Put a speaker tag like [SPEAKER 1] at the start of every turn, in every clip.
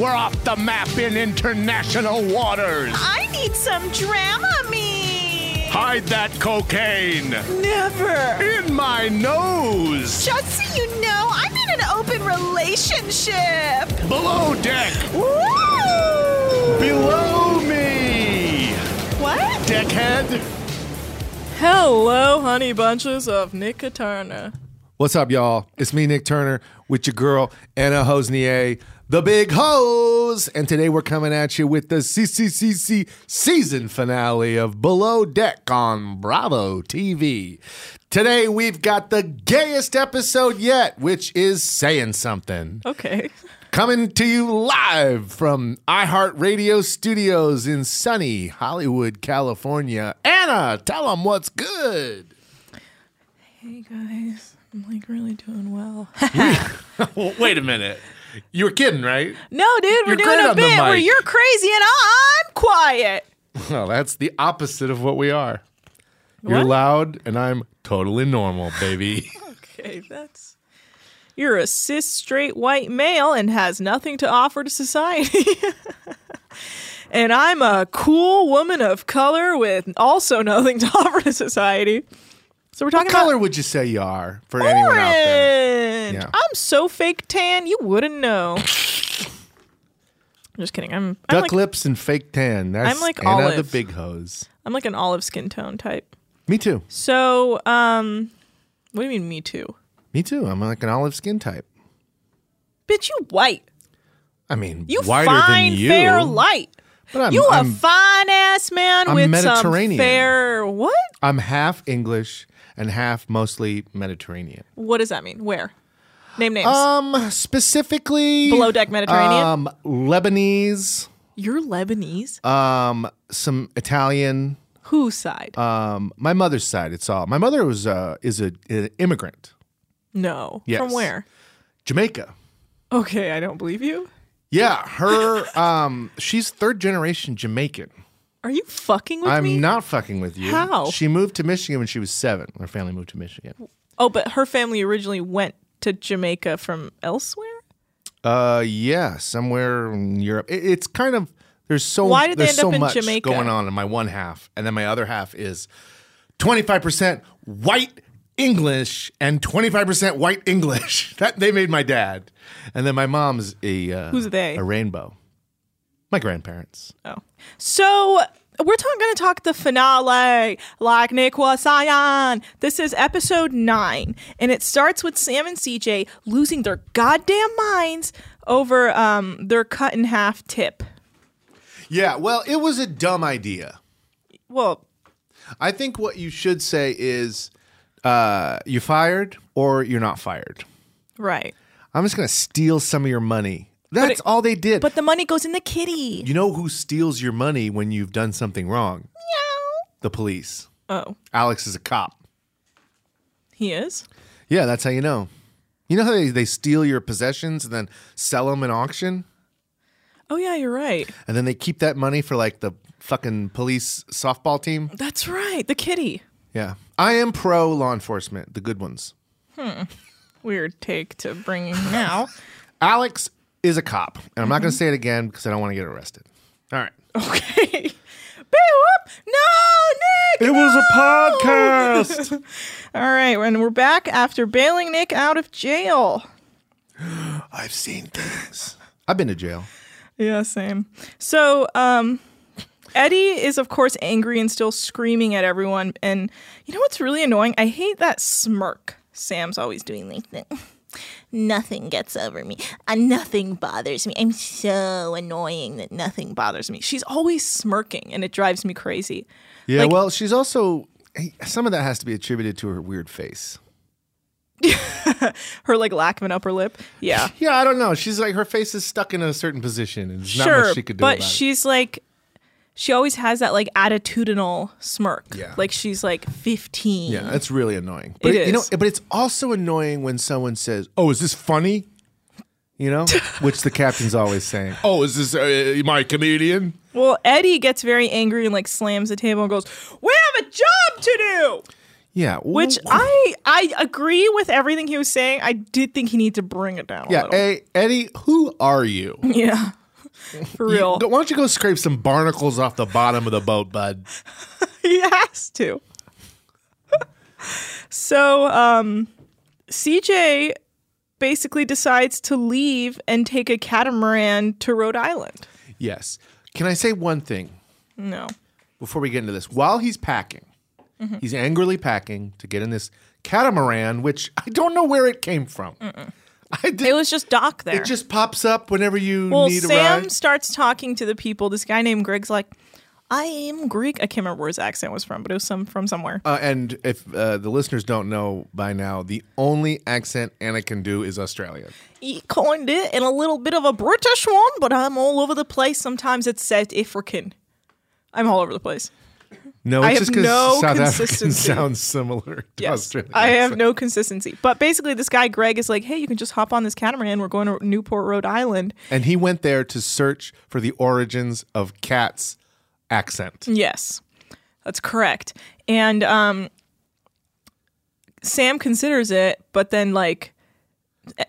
[SPEAKER 1] We're off the map in international waters.
[SPEAKER 2] I need some Dramamine.
[SPEAKER 1] Hide that cocaine
[SPEAKER 2] Never.
[SPEAKER 1] in my nose.
[SPEAKER 2] Just so you know, I'm in an open relationship.
[SPEAKER 1] Below deck,
[SPEAKER 2] Woo!
[SPEAKER 1] below me.
[SPEAKER 2] What?
[SPEAKER 1] Deckhead.
[SPEAKER 3] Hello, honey bunches of Nick Katarna.
[SPEAKER 4] What's up, y'all? It's me, Nick Turner, with your girl, Anna Hosnier, the big hose. And today we're coming at you with the CCCC season finale of Below Deck on Bravo TV. Today we've got the gayest episode yet, which is saying something.
[SPEAKER 3] Okay.
[SPEAKER 4] Coming to you live from iHeartRadio Studios in sunny Hollywood, California. Anna, tell them what's good.
[SPEAKER 3] Hey guys, I'm like really doing well.
[SPEAKER 4] Wait a minute. You were kidding, right?
[SPEAKER 3] no, dude, we're
[SPEAKER 4] You're
[SPEAKER 3] doing
[SPEAKER 4] great
[SPEAKER 3] a
[SPEAKER 4] on the
[SPEAKER 3] bit where
[SPEAKER 4] mic.
[SPEAKER 3] you're crazy and I'm quiet.
[SPEAKER 4] Well, that's the opposite of what we are. You're
[SPEAKER 3] What?
[SPEAKER 4] loud, and I'm totally normal, baby.
[SPEAKER 3] Okay, that's. You're a cis straight white male and has nothing to offer to society. and I'm a cool woman of color with also nothing to offer to society. So we're
[SPEAKER 4] what
[SPEAKER 3] talking
[SPEAKER 4] color would you say you are for
[SPEAKER 3] about
[SPEAKER 4] anyone out there?
[SPEAKER 3] orange.
[SPEAKER 4] Yeah.
[SPEAKER 3] I'm so fake tan, you wouldn't know. I'm just kidding. I'm I'm
[SPEAKER 4] Duck
[SPEAKER 3] like,
[SPEAKER 4] lips and fake tan. That's
[SPEAKER 3] I'm like
[SPEAKER 4] Anna the
[SPEAKER 3] olive.
[SPEAKER 4] big hose.
[SPEAKER 3] I'm like an olive skin tone type.
[SPEAKER 4] Me too.
[SPEAKER 3] So, um, what do you mean, me too?
[SPEAKER 4] Me too. I'm like an olive skin type.
[SPEAKER 3] Bitch, you white.
[SPEAKER 4] I mean,
[SPEAKER 3] You
[SPEAKER 4] whiter
[SPEAKER 3] fine,
[SPEAKER 4] than you.
[SPEAKER 3] fair, light.
[SPEAKER 4] But I'm,
[SPEAKER 3] you a
[SPEAKER 4] I'm,
[SPEAKER 3] fine ass man
[SPEAKER 4] I'm
[SPEAKER 3] with
[SPEAKER 4] Mediterranean.
[SPEAKER 3] some fair. What?
[SPEAKER 4] I'm half English and half mostly Mediterranean.
[SPEAKER 3] What does that mean? Where? Name names.
[SPEAKER 4] Um, specifically
[SPEAKER 3] Below deck Mediterranean?
[SPEAKER 4] Um, Lebanese.
[SPEAKER 3] You're Lebanese.
[SPEAKER 4] Um, some Italian.
[SPEAKER 3] Whose side?
[SPEAKER 4] um, my mother's side. It's all my mother was uh, is a, an immigrant,
[SPEAKER 3] no.
[SPEAKER 4] yes.
[SPEAKER 3] From where?
[SPEAKER 4] Jamaica.
[SPEAKER 3] Okay, I don't believe you.
[SPEAKER 4] Yeah, her. um, she's third generation Jamaican.
[SPEAKER 3] Are you fucking with
[SPEAKER 4] I'm
[SPEAKER 3] me?
[SPEAKER 4] not fucking with you.
[SPEAKER 3] How?
[SPEAKER 4] She moved to Michigan when she was seven. Her family moved to Michigan.
[SPEAKER 3] Oh, but her family originally went to Jamaica from elsewhere.
[SPEAKER 4] Uh, yeah, somewhere in Europe. It, it's kind of there's so
[SPEAKER 3] Why did they
[SPEAKER 4] there's
[SPEAKER 3] end
[SPEAKER 4] so
[SPEAKER 3] up in
[SPEAKER 4] much
[SPEAKER 3] Jamaica?
[SPEAKER 4] going on in my one half, and then my other half is 25 percent white English and 25 percent white English. that they made my dad, and then my mom's a uh,
[SPEAKER 3] Who's they?
[SPEAKER 4] A rainbow. My grandparents.
[SPEAKER 3] Oh, so we're talking going to talk the finale, like Nick was saying. This is episode nine, and it starts with Sam and CJ losing their goddamn minds over um, their cut in half tip.
[SPEAKER 4] Yeah, well, it was a dumb idea.
[SPEAKER 3] Well,
[SPEAKER 4] I think what you should say is uh, you're fired or you're not fired.
[SPEAKER 3] right,
[SPEAKER 4] I'm just going to steal some of your money.
[SPEAKER 3] it-
[SPEAKER 4] That's all they did.
[SPEAKER 3] but the money goes in the kitty.
[SPEAKER 4] you know who steals your money when you've done something wrong? The police.
[SPEAKER 3] Oh,
[SPEAKER 4] Alex is a cop.
[SPEAKER 3] he is.
[SPEAKER 4] Yeah, that's how you know. You know how they, they steal your possessions and then sell them in auction?
[SPEAKER 3] Oh yeah, you're right.
[SPEAKER 4] And then they keep that money for like the fucking police softball team?
[SPEAKER 3] That's right. The kitty.
[SPEAKER 4] Yeah. I am pro law enforcement, the good ones.
[SPEAKER 3] Weird take to bring now.
[SPEAKER 4] Alex is a cop. And I'm not going to say it again because I don't want to get arrested. All right.
[SPEAKER 3] okay. Boo! Whoop! No, Nick. no!
[SPEAKER 4] podcast.
[SPEAKER 3] All right, and we're back after bailing Nick out of jail.
[SPEAKER 4] I've seen things. I've been to jail.
[SPEAKER 3] Yeah, same. So, um, Eddie is, of course, angry and still screaming at everyone. And you know what's really annoying? I hate that smirk Sam's always doing like that. Nothing gets over me. Uh, nothing bothers me. I'm so annoying that nothing bothers me. She's always smirking, and it drives me crazy.
[SPEAKER 4] Yeah,
[SPEAKER 3] Like-
[SPEAKER 4] well, she's also some of that has to be attributed to her weird face.
[SPEAKER 3] Her like lack of an upper lip. Yeah,
[SPEAKER 4] Yeah, I don't know. She's like her face is stuck in a certain position, and there's
[SPEAKER 3] sure,
[SPEAKER 4] not much she could do
[SPEAKER 3] but
[SPEAKER 4] about it.
[SPEAKER 3] she's like, she always has that like attitudinal smirk.
[SPEAKER 4] Yeah.
[SPEAKER 3] like she's like fifteen.
[SPEAKER 4] Yeah, that's really annoying. But
[SPEAKER 3] It
[SPEAKER 4] you know,
[SPEAKER 3] is.
[SPEAKER 4] but it's also annoying when someone says, "Oh, is this funny?" You know, which the captain's always saying. Oh, is this uh, my comedian?
[SPEAKER 3] Well, Eddie gets very angry and like slams the table and goes, "We have a job to do."
[SPEAKER 4] Yeah,
[SPEAKER 3] Which
[SPEAKER 4] Ooh.
[SPEAKER 3] I I agree with everything he was saying. I did think he needed to bring it down.
[SPEAKER 4] yeah,
[SPEAKER 3] a little.
[SPEAKER 4] hey, Eddie, who are you?
[SPEAKER 3] yeah, for
[SPEAKER 4] You-
[SPEAKER 3] real.
[SPEAKER 4] go- why don't you go scrape some barnacles off the bottom of the boat, bud?
[SPEAKER 3] he has to. so, um, CJ basically decides to leave and take a catamaran to Rhode Island.
[SPEAKER 4] Yes. Can I say one thing?
[SPEAKER 3] No.
[SPEAKER 4] before we get into this, while he's packing, he's angrily packing to get in this catamaran, which I don't know where it came from. I did,
[SPEAKER 3] It was just dock there.
[SPEAKER 4] it just pops up whenever you
[SPEAKER 3] well,
[SPEAKER 4] need a
[SPEAKER 3] Sam
[SPEAKER 4] ride.
[SPEAKER 3] starts talking to the people. This guy named Greg's like, I am Greek. I can't remember where his accent was from, but it was some from somewhere.
[SPEAKER 4] Uh, and if uh, the listeners don't know by now, the only accent Anna can do is Australian.
[SPEAKER 3] He coined it in a little bit of a British one, but I'm all over the place. Sometimes it's South African. I'm all over the place.
[SPEAKER 4] No,
[SPEAKER 3] I have
[SPEAKER 4] it's just because
[SPEAKER 3] no
[SPEAKER 4] South African
[SPEAKER 3] consistency.
[SPEAKER 4] sounds similar to Australian.
[SPEAKER 3] I have
[SPEAKER 4] accent.
[SPEAKER 3] no consistency. But basically, this guy Greg is like, "Hey, you can just hop on this catamaran. We're going to Newport, Rhode Island."
[SPEAKER 4] And he went there to search for the origins of Cat's accent.
[SPEAKER 3] Yes, that's correct. And um, Sam considers it, but then like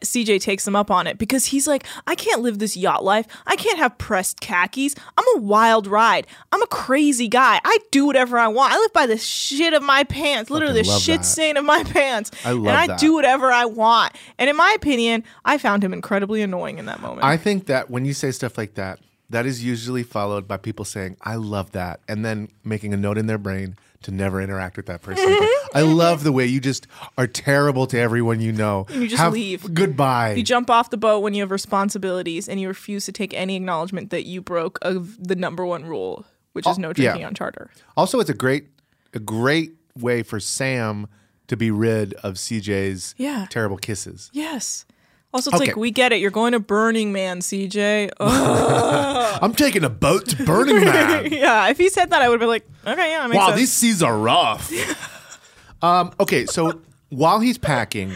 [SPEAKER 3] CJ takes him up on it because he's like, "I can't live this yacht life. I can't have pressed khakis. I'm a wild ride. I'm a crazy guy. I do whatever I want. I live by the shit of my pants, literally the
[SPEAKER 4] love
[SPEAKER 3] shit
[SPEAKER 4] that.
[SPEAKER 3] stain of my pants,
[SPEAKER 4] I love
[SPEAKER 3] and I
[SPEAKER 4] that.
[SPEAKER 3] do whatever I want." And in my opinion, I found him incredibly annoying in that moment.
[SPEAKER 4] I think that when you say stuff like that, that is usually followed by people saying, I love that, and then making a note in their brain to never interact with that person. again. I love the way you just are terrible to everyone you know.
[SPEAKER 3] you just leave.
[SPEAKER 4] Goodbye.
[SPEAKER 3] You jump off the boat when you have responsibilities and you refuse to take any acknowledgement that you broke of the number one rule, which is
[SPEAKER 4] Oh,
[SPEAKER 3] no drinking
[SPEAKER 4] yeah.
[SPEAKER 3] on charter.
[SPEAKER 4] also, it's a great, a great way for Sam to be rid of CJ's
[SPEAKER 3] Yeah.
[SPEAKER 4] terrible kisses.
[SPEAKER 3] Yes. Also, it's like,
[SPEAKER 4] Okay.
[SPEAKER 3] we get it. You're going to Burning Man, Oh, CJ. Ugh.
[SPEAKER 4] I'm taking a boat to Burning Man.
[SPEAKER 3] yeah, if he said that, I would have been like, okay, yeah, that makes
[SPEAKER 4] wow,
[SPEAKER 3] sense.
[SPEAKER 4] these seas are rough. um, okay, so while he's packing,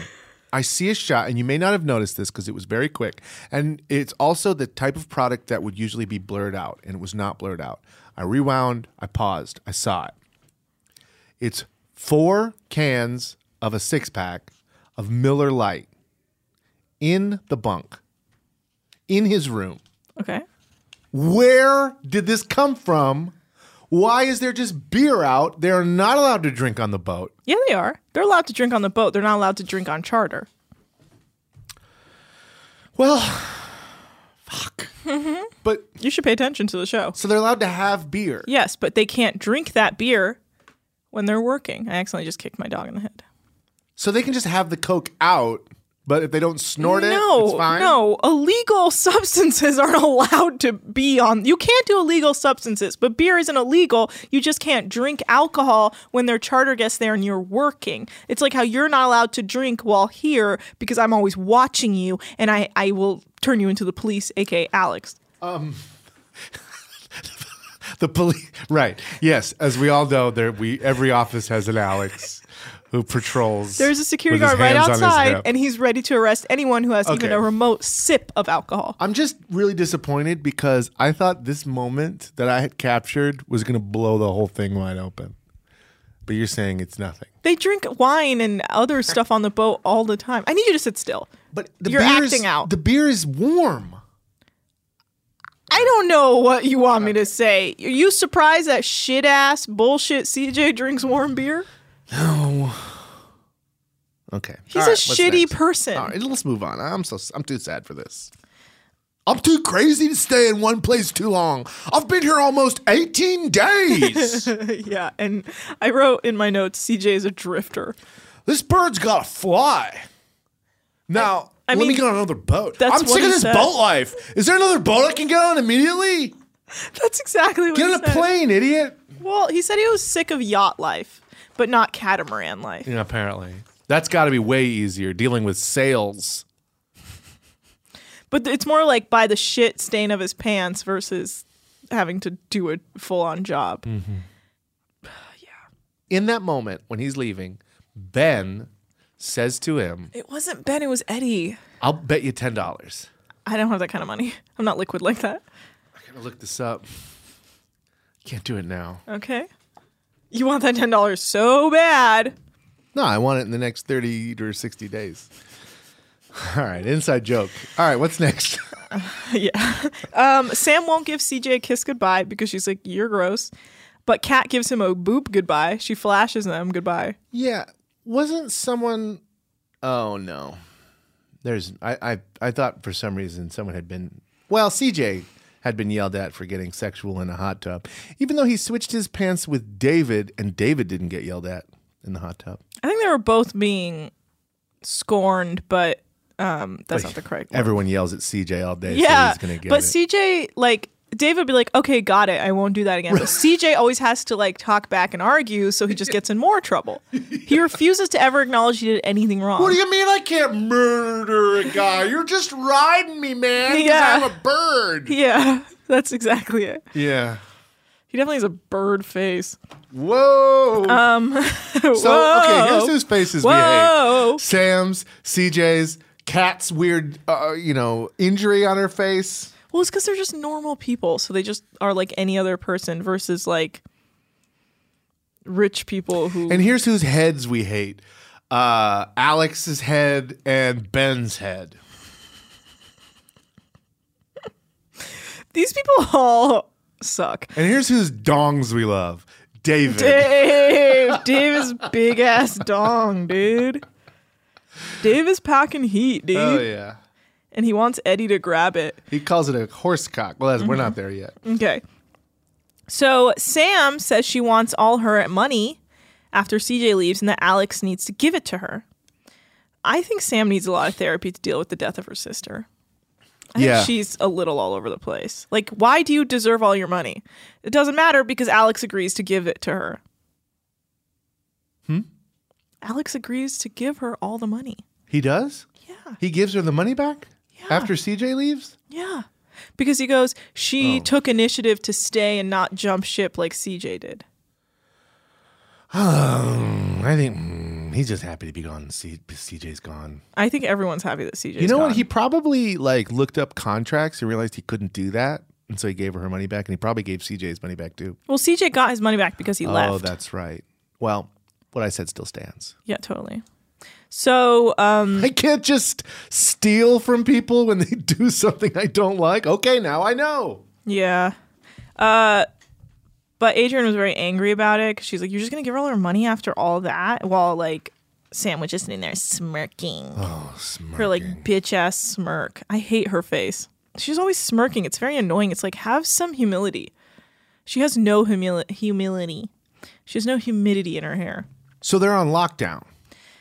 [SPEAKER 4] I see a shot, and you may not have noticed this because it was very quick. And it's also the type of product that would usually be blurred out, and it was not blurred out. I rewound, I paused, I saw it. It's four cans of a six pack of Miller Lite in the bunk, in his room.
[SPEAKER 3] okay.
[SPEAKER 4] Where did this come from? Why is there just beer out? They're not allowed to drink on the boat.
[SPEAKER 3] Yeah, they are. They're allowed to drink on the boat. They're not allowed to drink on charter.
[SPEAKER 4] Well, fuck. But
[SPEAKER 3] You should pay attention to the show.
[SPEAKER 4] So they're allowed to have beer.
[SPEAKER 3] Yes, but they can't drink that beer when they're working. I accidentally just kicked my dog in the head.
[SPEAKER 4] So they can just have the Coke out, but if they don't snort it,
[SPEAKER 3] no,
[SPEAKER 4] it's fine.
[SPEAKER 3] no, illegal substances aren't allowed to be on. You can't do illegal substances, but beer isn't illegal. You just can't drink alcohol when there are charter guests there and you're working. It's like how you're not allowed to drink while here because I'm always watching you and I, I will turn you into the police, aka Alex.
[SPEAKER 4] The police, right? Yes, as we all know, there we every office has an Alex who patrols.
[SPEAKER 3] There's a security
[SPEAKER 4] with his
[SPEAKER 3] guard right
[SPEAKER 4] hands on his
[SPEAKER 3] outside
[SPEAKER 4] hip.
[SPEAKER 3] and he's ready to arrest anyone who has even
[SPEAKER 4] Okay.
[SPEAKER 3] a remote sip of alcohol.
[SPEAKER 4] I'm just really disappointed because I thought this moment that I had captured was going to blow the whole thing wide open. But you're saying it's nothing.
[SPEAKER 3] They drink wine and other stuff on the boat all the time. I need you to sit still.
[SPEAKER 4] But the
[SPEAKER 3] You're
[SPEAKER 4] beer is-
[SPEAKER 3] acting out.
[SPEAKER 4] The beer is warm.
[SPEAKER 3] I don't know what you want me to say. Are you surprised that shit ass bullshit CJ drinks warm beer?
[SPEAKER 4] Okay.
[SPEAKER 3] He's
[SPEAKER 4] All
[SPEAKER 3] a
[SPEAKER 4] what's
[SPEAKER 3] shitty person.
[SPEAKER 4] All right, let's move on. I'm so I'm too sad for this. I'm too crazy to stay in one place too long. I've been here almost 18 days.
[SPEAKER 3] yeah, and I wrote in my notes CJ is a drifter.
[SPEAKER 4] this bird's got to fly. Now,
[SPEAKER 3] I
[SPEAKER 4] let me
[SPEAKER 3] mean,
[SPEAKER 4] get on another boat.
[SPEAKER 3] that's
[SPEAKER 4] I'm
[SPEAKER 3] what
[SPEAKER 4] sick of
[SPEAKER 3] he
[SPEAKER 4] this
[SPEAKER 3] said.
[SPEAKER 4] boat life. Is there another boat I can get on immediately?
[SPEAKER 3] That's exactly what
[SPEAKER 4] Get
[SPEAKER 3] he
[SPEAKER 4] on a
[SPEAKER 3] said.
[SPEAKER 4] plane, idiot.
[SPEAKER 3] Well, he said he was sick of yacht life, but not catamaran life.
[SPEAKER 4] Yeah, apparently. That's got to be way easier dealing with sales.
[SPEAKER 3] But it's more like by the shit stain of his pants versus having to do a full on job.
[SPEAKER 4] Hmm. In that moment when he's leaving, Ben says to him,
[SPEAKER 3] It wasn't Ben, it was Eddie.
[SPEAKER 4] I'll bet you $10.
[SPEAKER 3] I don't have that kind of money. I'm not liquid like that.
[SPEAKER 4] Gotta look this up. Can't do it now.
[SPEAKER 3] Okay. You want that $10 so bad.
[SPEAKER 4] No, I want it in the next 30 or 60 days. All right, inside joke. All right, what's next?
[SPEAKER 3] yeah. Um, Sam won't give CJ a kiss goodbye because she's like, you're gross. But Kat gives him a boob goodbye. She flashes them goodbye.
[SPEAKER 4] yeah, wasn't someone Oh no. There's I I I thought for some reason someone had been well, CJ had been yelled at for getting sexual in a hot tub, even though he switched his pants with David and David didn't get yelled at in the hot tub.
[SPEAKER 3] I think they were both being scorned, but um, that's not the correct word.
[SPEAKER 4] Everyone yells at CJ all day, so
[SPEAKER 3] Yeah.
[SPEAKER 4] he's gonna get
[SPEAKER 3] but
[SPEAKER 4] it.
[SPEAKER 3] CJ, like, David would be like, okay, got it. I won't do that again. But CJ always has to, like, talk back and argue, so he just gets in more trouble. He refuses to ever acknowledge he did anything wrong.
[SPEAKER 4] What do you mean I can't murder a guy? You're just riding me, man. 'cause
[SPEAKER 3] Yeah.
[SPEAKER 4] I'm a bird.
[SPEAKER 3] yeah, that's exactly it.
[SPEAKER 4] Yeah.
[SPEAKER 3] He definitely has a bird face.
[SPEAKER 4] Whoa.
[SPEAKER 3] Uh, Um,
[SPEAKER 4] so okay, here's whose faces we
[SPEAKER 3] Whoa.
[SPEAKER 4] hate: Sam's, CJ's, Kat's weird, uh, you know, injury on her face.
[SPEAKER 3] Well, it's because they're just normal people, so they just are like any other person versus like rich people who.
[SPEAKER 4] And here's whose heads we hate: uh, Alex's head and Ben's head.
[SPEAKER 3] These people all suck.
[SPEAKER 4] And here's whose dongs we love: David.
[SPEAKER 3] Dave, Dave is big ass dong, dude. Dave is packing heat, dude,
[SPEAKER 4] oh yeah,
[SPEAKER 3] and he wants Eddie to grab it.
[SPEAKER 4] he calls it a horse cock. Well, that's, we're not there yet.
[SPEAKER 3] Okay. So Sam says she wants all her money after CJ leaves and that Alex needs to give it to her. I think Sam needs a lot of therapy to deal with the death of her sister. I
[SPEAKER 4] Yeah.
[SPEAKER 3] think she's a little all over the place. Like, why do you deserve all your money? It doesn't matter because Alex agrees to give it to her. Hmm? Alex agrees to give her all the money.
[SPEAKER 4] He does? Yeah. He gives her the money back? After CJ leaves?
[SPEAKER 3] Yeah. Because he goes, she took initiative to stay and not jump ship like CJ did.
[SPEAKER 4] I think mm, he's just happy to be gone. C- CJ's gone.
[SPEAKER 3] I think everyone's happy that CJ.
[SPEAKER 4] you know what? He probably like looked up contracts and realized he couldn't do that. And so he gave her her money back and he probably gave CJ his money back too.
[SPEAKER 3] well, CJ got his money back because he left.
[SPEAKER 4] Oh, that's right. Well, what I said still stands.
[SPEAKER 3] yeah, totally. So, um,
[SPEAKER 4] I can't just steal from people when they do something I don't like. Okay, now I know.
[SPEAKER 3] yeah, uh, but Adrian was very angry about it because she's like, "You're just gonna give her all her money after all that," while like Sam was just
[SPEAKER 4] Oh,
[SPEAKER 3] sitting there smirking,
[SPEAKER 4] Smirk.
[SPEAKER 3] her like bitch ass smirk. I hate her face. she's always smirking. It's very annoying. It's like have some humility. She has no humili- humility. She has no humidity in her hair.
[SPEAKER 4] So they're on lockdown.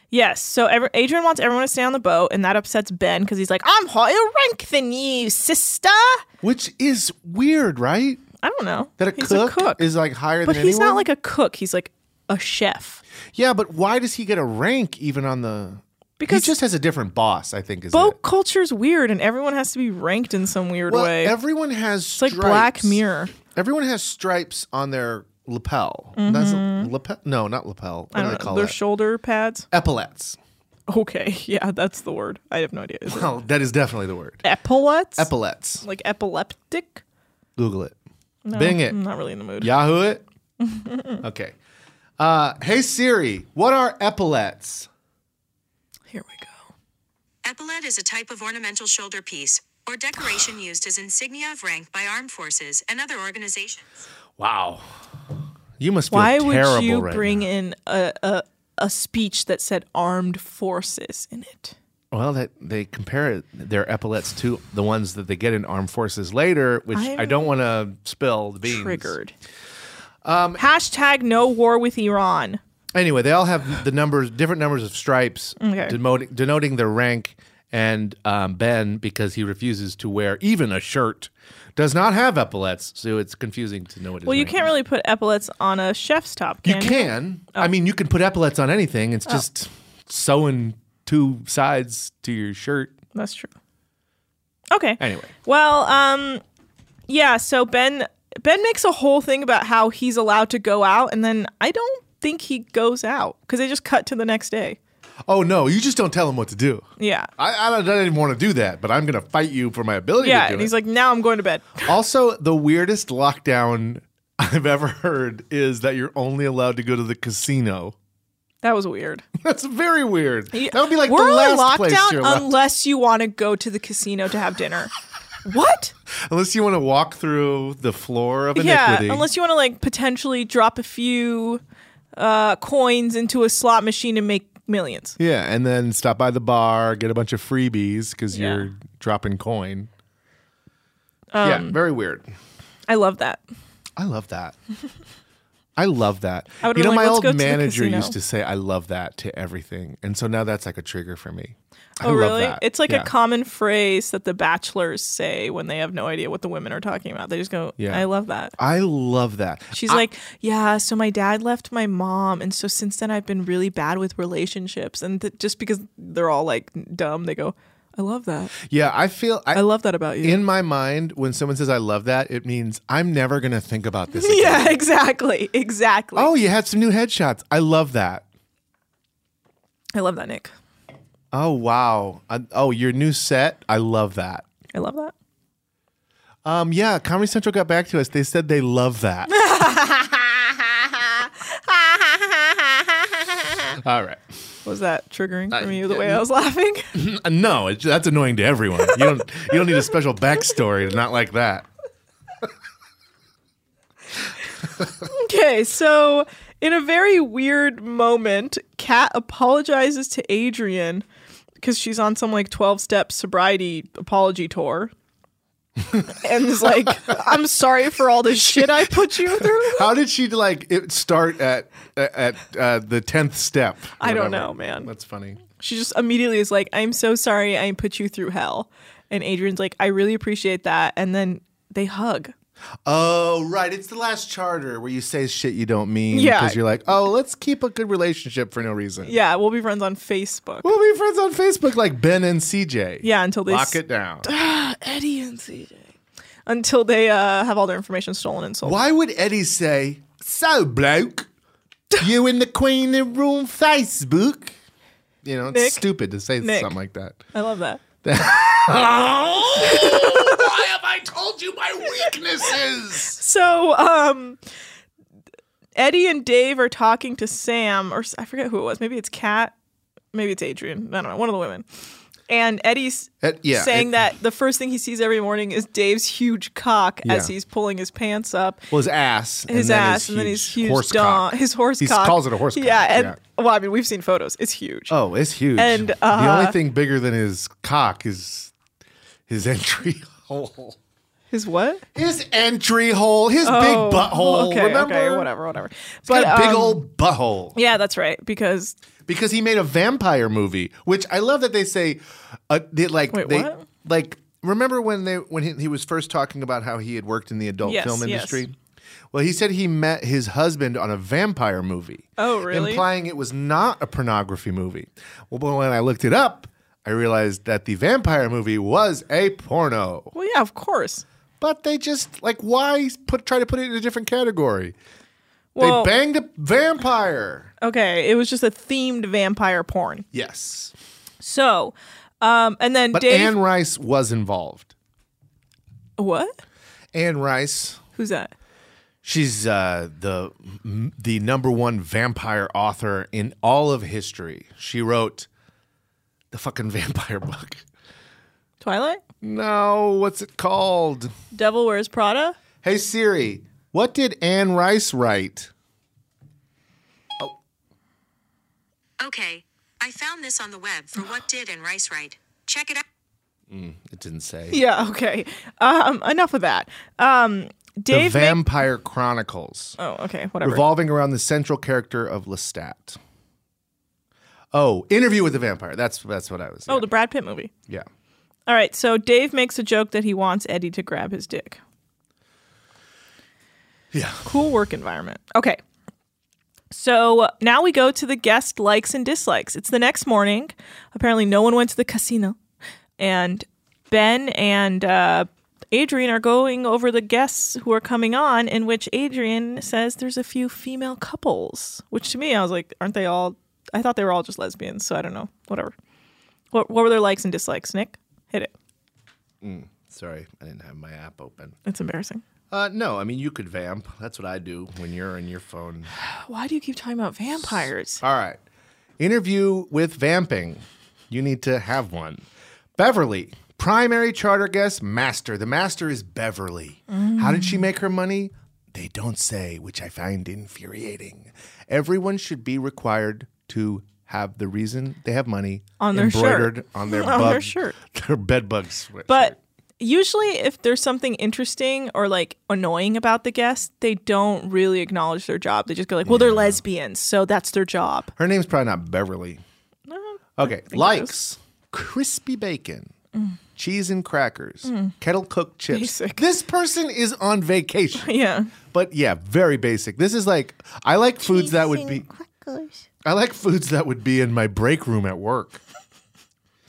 [SPEAKER 3] Yes. So every, Adrian wants everyone to stay on the boat, and that upsets Ben because he's like, "I'm higher rank than you, sister." I
[SPEAKER 4] Which is weird, right?
[SPEAKER 3] don't know
[SPEAKER 4] That a,
[SPEAKER 3] He's
[SPEAKER 4] cook, is like higher
[SPEAKER 3] but
[SPEAKER 4] than
[SPEAKER 3] he's
[SPEAKER 4] anyone.
[SPEAKER 3] not like a cook. He's like a chef.
[SPEAKER 4] yeah, but why does he get a rank even on the?
[SPEAKER 3] Because-
[SPEAKER 4] he just has a different boss. I think is
[SPEAKER 3] Boat
[SPEAKER 4] it.
[SPEAKER 3] culture's weird, and everyone has to be ranked in some weird
[SPEAKER 4] Well,
[SPEAKER 3] way.
[SPEAKER 4] everyone has
[SPEAKER 3] it's like Black
[SPEAKER 4] stripes.
[SPEAKER 3] Mirror.
[SPEAKER 4] Everyone has stripes on their lapel. That's a lapel. No, not lapel. What
[SPEAKER 3] Mm-hmm. I
[SPEAKER 4] do they
[SPEAKER 3] don't know
[SPEAKER 4] call
[SPEAKER 3] their
[SPEAKER 4] that?
[SPEAKER 3] shoulder pads.
[SPEAKER 4] Epaulets.
[SPEAKER 3] Okay, yeah, that's the word. I have no idea. Is it
[SPEAKER 4] Oh, that is definitely the word.
[SPEAKER 3] epaulets?
[SPEAKER 4] Epaulets.
[SPEAKER 3] like epileptic?
[SPEAKER 4] Google it. Bing it.
[SPEAKER 3] I'm not really in the mood.
[SPEAKER 4] Yahoo it. okay. Uh, hey Siri, what are epaulets?
[SPEAKER 3] Here we go.
[SPEAKER 5] Epaulet is a type of ornamental shoulder piece or decoration used as insignia of rank by armed forces and other organizations.
[SPEAKER 4] Wow. You must feel
[SPEAKER 3] Why
[SPEAKER 4] terrible
[SPEAKER 3] would you
[SPEAKER 4] right
[SPEAKER 3] bring
[SPEAKER 4] now.
[SPEAKER 3] in a, a a speech that said armed forces in it?
[SPEAKER 4] Well, that they compare their epaulets to the ones that they get in armed forces later, which I'm I
[SPEAKER 3] I'm
[SPEAKER 4] do not want to spill the beans. Um,
[SPEAKER 3] Triggered. Hashtag no war with Iran.
[SPEAKER 4] Anyway, they all have the numbers, different numbers of stripes,
[SPEAKER 3] Okay.
[SPEAKER 4] denoting, denoting their rank. And um, Ben, because he refuses to wear even a shirt, does not have epaulets, so it's confusing to know what. his
[SPEAKER 3] Well, you
[SPEAKER 4] rank
[SPEAKER 3] can't
[SPEAKER 4] is.
[SPEAKER 3] really put epaulets on a chef's top,
[SPEAKER 4] You
[SPEAKER 3] can Oh. you?
[SPEAKER 4] can. I mean, you can put epaulets on anything. It's just sewing two sides to your shirt.
[SPEAKER 3] That's true. Okay.
[SPEAKER 4] Anyway.
[SPEAKER 3] Well, um, yeah. So Ben Ben makes a whole thing about how he's allowed to go out, and then I don't think he goes out because they just cut to the next day.
[SPEAKER 4] Oh no, you just don't tell him what to do.
[SPEAKER 3] Yeah.
[SPEAKER 4] I, I, don't, I didn't want to do that, but I'm going to fight you for my ability
[SPEAKER 3] Yeah.
[SPEAKER 4] to do
[SPEAKER 3] And
[SPEAKER 4] it.
[SPEAKER 3] he's like, now I'm going to bed.
[SPEAKER 4] also, the weirdest lockdown I've ever heard is that you're only allowed to go to the casino.
[SPEAKER 3] That was weird.
[SPEAKER 4] That's very weird. That would be like
[SPEAKER 3] We're
[SPEAKER 4] the
[SPEAKER 3] on
[SPEAKER 4] last place
[SPEAKER 3] lockdown
[SPEAKER 4] you're allowed-
[SPEAKER 3] unless you want to go to the casino to have dinner. what?
[SPEAKER 4] unless you want to walk through the floor of
[SPEAKER 3] Yeah,
[SPEAKER 4] iniquity.
[SPEAKER 3] unless you want to like potentially drop a few uh, coins into a slot machine and make millions.
[SPEAKER 4] yeah, and then stop by the bar, get a bunch of freebies because you're dropping coin.
[SPEAKER 3] Um,
[SPEAKER 4] yeah, very weird.
[SPEAKER 3] I love that.
[SPEAKER 4] I love that. I love that.
[SPEAKER 3] I would've
[SPEAKER 4] you know,
[SPEAKER 3] been like,
[SPEAKER 4] my
[SPEAKER 3] "Let's go
[SPEAKER 4] old
[SPEAKER 3] to the
[SPEAKER 4] manager
[SPEAKER 3] casino."
[SPEAKER 4] used to say, "I love that" to everything, and so now that's like a trigger for me.
[SPEAKER 3] Oh,
[SPEAKER 4] I love
[SPEAKER 3] really?
[SPEAKER 4] that.
[SPEAKER 3] It's like
[SPEAKER 4] Yeah.
[SPEAKER 3] a common phrase that the bachelors say when they have no idea what the women are talking about. They just go,
[SPEAKER 4] Yeah.
[SPEAKER 3] I love that.
[SPEAKER 4] I love that.
[SPEAKER 3] She's
[SPEAKER 4] I-
[SPEAKER 3] like, Yeah, so my dad left my mom. And so since then, I've been really bad with relationships. And th- just because they're all like dumb, they go, I love that.
[SPEAKER 4] yeah, I feel I,
[SPEAKER 3] I love that about you.
[SPEAKER 4] in my mind when someone says, "I love that," it means I'm never gonna think about this. Again.
[SPEAKER 3] yeah, exactly. Exactly.
[SPEAKER 4] Oh, you had some new headshots. I love that.
[SPEAKER 3] I love that, Nick.
[SPEAKER 4] Oh wow. I, oh, your new set. I love that.
[SPEAKER 3] I love that.
[SPEAKER 4] Um, yeah, Comedy Central got back to us. They said they love that. All right.
[SPEAKER 3] Was that triggering for me the way I was laughing?
[SPEAKER 4] Uh, No, it, that's annoying to everyone. You don't you don't need a special backstory to not like that.
[SPEAKER 3] okay, so in a very weird moment, Kat apologizes to Adrian because she's on some like 12 step sobriety apology tour. and is like, I'm sorry for all the shit I put you through.
[SPEAKER 4] How did she like it start at at uh, the tenth step?
[SPEAKER 3] I don't
[SPEAKER 4] Whatever.
[SPEAKER 3] know, man.
[SPEAKER 4] That's funny.
[SPEAKER 3] She just immediately is like, I'm so sorry I put you through hell. And Adrian's like, I really appreciate that. And then they hug.
[SPEAKER 4] Oh right, it's the last charter where you say shit you don't mean.
[SPEAKER 3] Yeah.
[SPEAKER 4] because you're like, oh, let's keep a good relationship for no reason.
[SPEAKER 3] Yeah, we'll be friends on Facebook.
[SPEAKER 4] We'll be friends on Facebook like Ben and CJ.
[SPEAKER 3] Yeah, until they
[SPEAKER 4] lock
[SPEAKER 3] s-
[SPEAKER 4] it down.
[SPEAKER 3] Eddie and CJ. Until they uh, have all their information stolen and sold.
[SPEAKER 4] Why would Eddie say, "So bloke, you and the Queen in room Facebook"? You know, it's
[SPEAKER 3] Nick.
[SPEAKER 4] stupid to say
[SPEAKER 3] Nick.
[SPEAKER 4] something like that.
[SPEAKER 3] I love that.
[SPEAKER 4] Why have I told you my weaknesses?
[SPEAKER 3] So, um, Eddie and Dave are talking to Sam, or s- I forget who it was. Maybe it's Kat. Maybe it's Adrian. I don't know. One of the women. And Eddie's
[SPEAKER 4] Ed- yeah,
[SPEAKER 3] saying
[SPEAKER 4] it-
[SPEAKER 3] that the first thing he sees every morning is Dave's huge cock as
[SPEAKER 4] Yeah.
[SPEAKER 3] he's pulling his pants up.
[SPEAKER 4] Well, his ass, and
[SPEAKER 3] his
[SPEAKER 4] then
[SPEAKER 3] ass, and then his huge
[SPEAKER 4] horse
[SPEAKER 3] dong,
[SPEAKER 4] cock.
[SPEAKER 3] his horse
[SPEAKER 4] He
[SPEAKER 3] cock.
[SPEAKER 4] calls it a horse cock.
[SPEAKER 3] Yeah, and
[SPEAKER 4] Yeah.
[SPEAKER 3] well, I mean, we've seen photos. It's huge.
[SPEAKER 4] Oh, it's Oh, huge.
[SPEAKER 3] And,
[SPEAKER 4] the
[SPEAKER 3] uh,
[SPEAKER 4] only thing bigger than his cock is his entry hole.
[SPEAKER 3] His what?
[SPEAKER 4] His entry hole, his big
[SPEAKER 3] Oh,
[SPEAKER 4] butthole.
[SPEAKER 3] Okay,
[SPEAKER 4] remember?
[SPEAKER 3] okay, whatever, whatever.
[SPEAKER 4] But,
[SPEAKER 3] But
[SPEAKER 4] big
[SPEAKER 3] um,
[SPEAKER 4] old butthole.
[SPEAKER 3] yeah, that's right. Because
[SPEAKER 4] because he made a vampire movie, which I love that they say, uh, they, like
[SPEAKER 3] Wait,
[SPEAKER 4] they
[SPEAKER 3] what?
[SPEAKER 4] like remember when they when he, he was first talking about how he had worked in the adult
[SPEAKER 3] Yes,
[SPEAKER 4] film
[SPEAKER 3] yes.
[SPEAKER 4] industry. Well, he said he met his husband on a vampire movie.
[SPEAKER 3] Oh, really?
[SPEAKER 4] Implying it was not a pornography movie. Well, but when I looked it up, I realized that the vampire movie was a porno.
[SPEAKER 3] well, yeah, of course.
[SPEAKER 4] But they just like why put try to put it in a different category?
[SPEAKER 3] Well,
[SPEAKER 4] they banged a vampire.
[SPEAKER 3] okay, it was just a themed vampire porn.
[SPEAKER 4] Yes.
[SPEAKER 3] So, um, and then
[SPEAKER 4] But
[SPEAKER 3] Dave,
[SPEAKER 4] Anne Rice was involved.
[SPEAKER 3] what?
[SPEAKER 4] Anne Rice.
[SPEAKER 3] Who's that?
[SPEAKER 4] She's uh, the the number one vampire author in all of history. She wrote the fucking vampire book.
[SPEAKER 3] Twilight?
[SPEAKER 4] No, what's it called?
[SPEAKER 3] Devil Wears Prada?
[SPEAKER 4] Hey Siri, what did Anne Rice write?
[SPEAKER 5] Okay, I found this on the web for what did and Rice write. Check it out.
[SPEAKER 4] It didn't say.
[SPEAKER 3] Yeah, okay. Um, enough of that. Um,
[SPEAKER 4] the
[SPEAKER 3] Dave. Ma-
[SPEAKER 4] Vampire Chronicles,
[SPEAKER 3] oh, okay, whatever.
[SPEAKER 4] revolving around the central character of Lestat. Oh, Interview with the Vampire. That's that's what I was.
[SPEAKER 3] oh, the Brad Pitt movie.
[SPEAKER 4] yeah.
[SPEAKER 3] All right, so Dave makes a joke that he wants Eddie to grab his dick.
[SPEAKER 4] Yeah.
[SPEAKER 3] Cool work environment. Okay. So now we go to the guest likes and dislikes. It's the next morning. Apparently, no one went to the casino. And Ben and uh, Adrian are going over the guests who are coming on, in which Adrian says there's a few female couples, which to me, I was like, aren't they all? I thought they were all just lesbians, so I don't know. Whatever. What, what were their likes and dislikes, Nick? Hit it.
[SPEAKER 4] Sorry, I didn't have my app open.
[SPEAKER 3] It's embarrassing.
[SPEAKER 4] Uh, no, I mean you could vamp. That's what I do when you're on your phone.
[SPEAKER 3] Why do you keep talking about vampires?
[SPEAKER 4] All right, interview with vamping. You need to have one. Beverly, primary charter guest, master. The master is Beverly. How did she make her money? They don't say, which I find infuriating. Everyone should be required to have the reason they have money
[SPEAKER 3] On their shirt.
[SPEAKER 4] embroidered on their
[SPEAKER 3] On their
[SPEAKER 4] bug-
[SPEAKER 3] shirt.
[SPEAKER 4] their bed bug sweatshirt.
[SPEAKER 3] But usually, if there's something interesting or like annoying about the guest, they don't really acknowledge their job. They just go like, "Well, they're lesbians, so that's their job."
[SPEAKER 4] Her name's probably not Beverly.
[SPEAKER 3] Uh-huh.
[SPEAKER 4] okay. Likes crispy bacon, cheese and crackers, kettle cooked chips.
[SPEAKER 3] Basic.
[SPEAKER 4] This person is on vacation.
[SPEAKER 3] Yeah.
[SPEAKER 4] But yeah, very basic. This is like I like foods that would be I like foods that would be in my break room at work.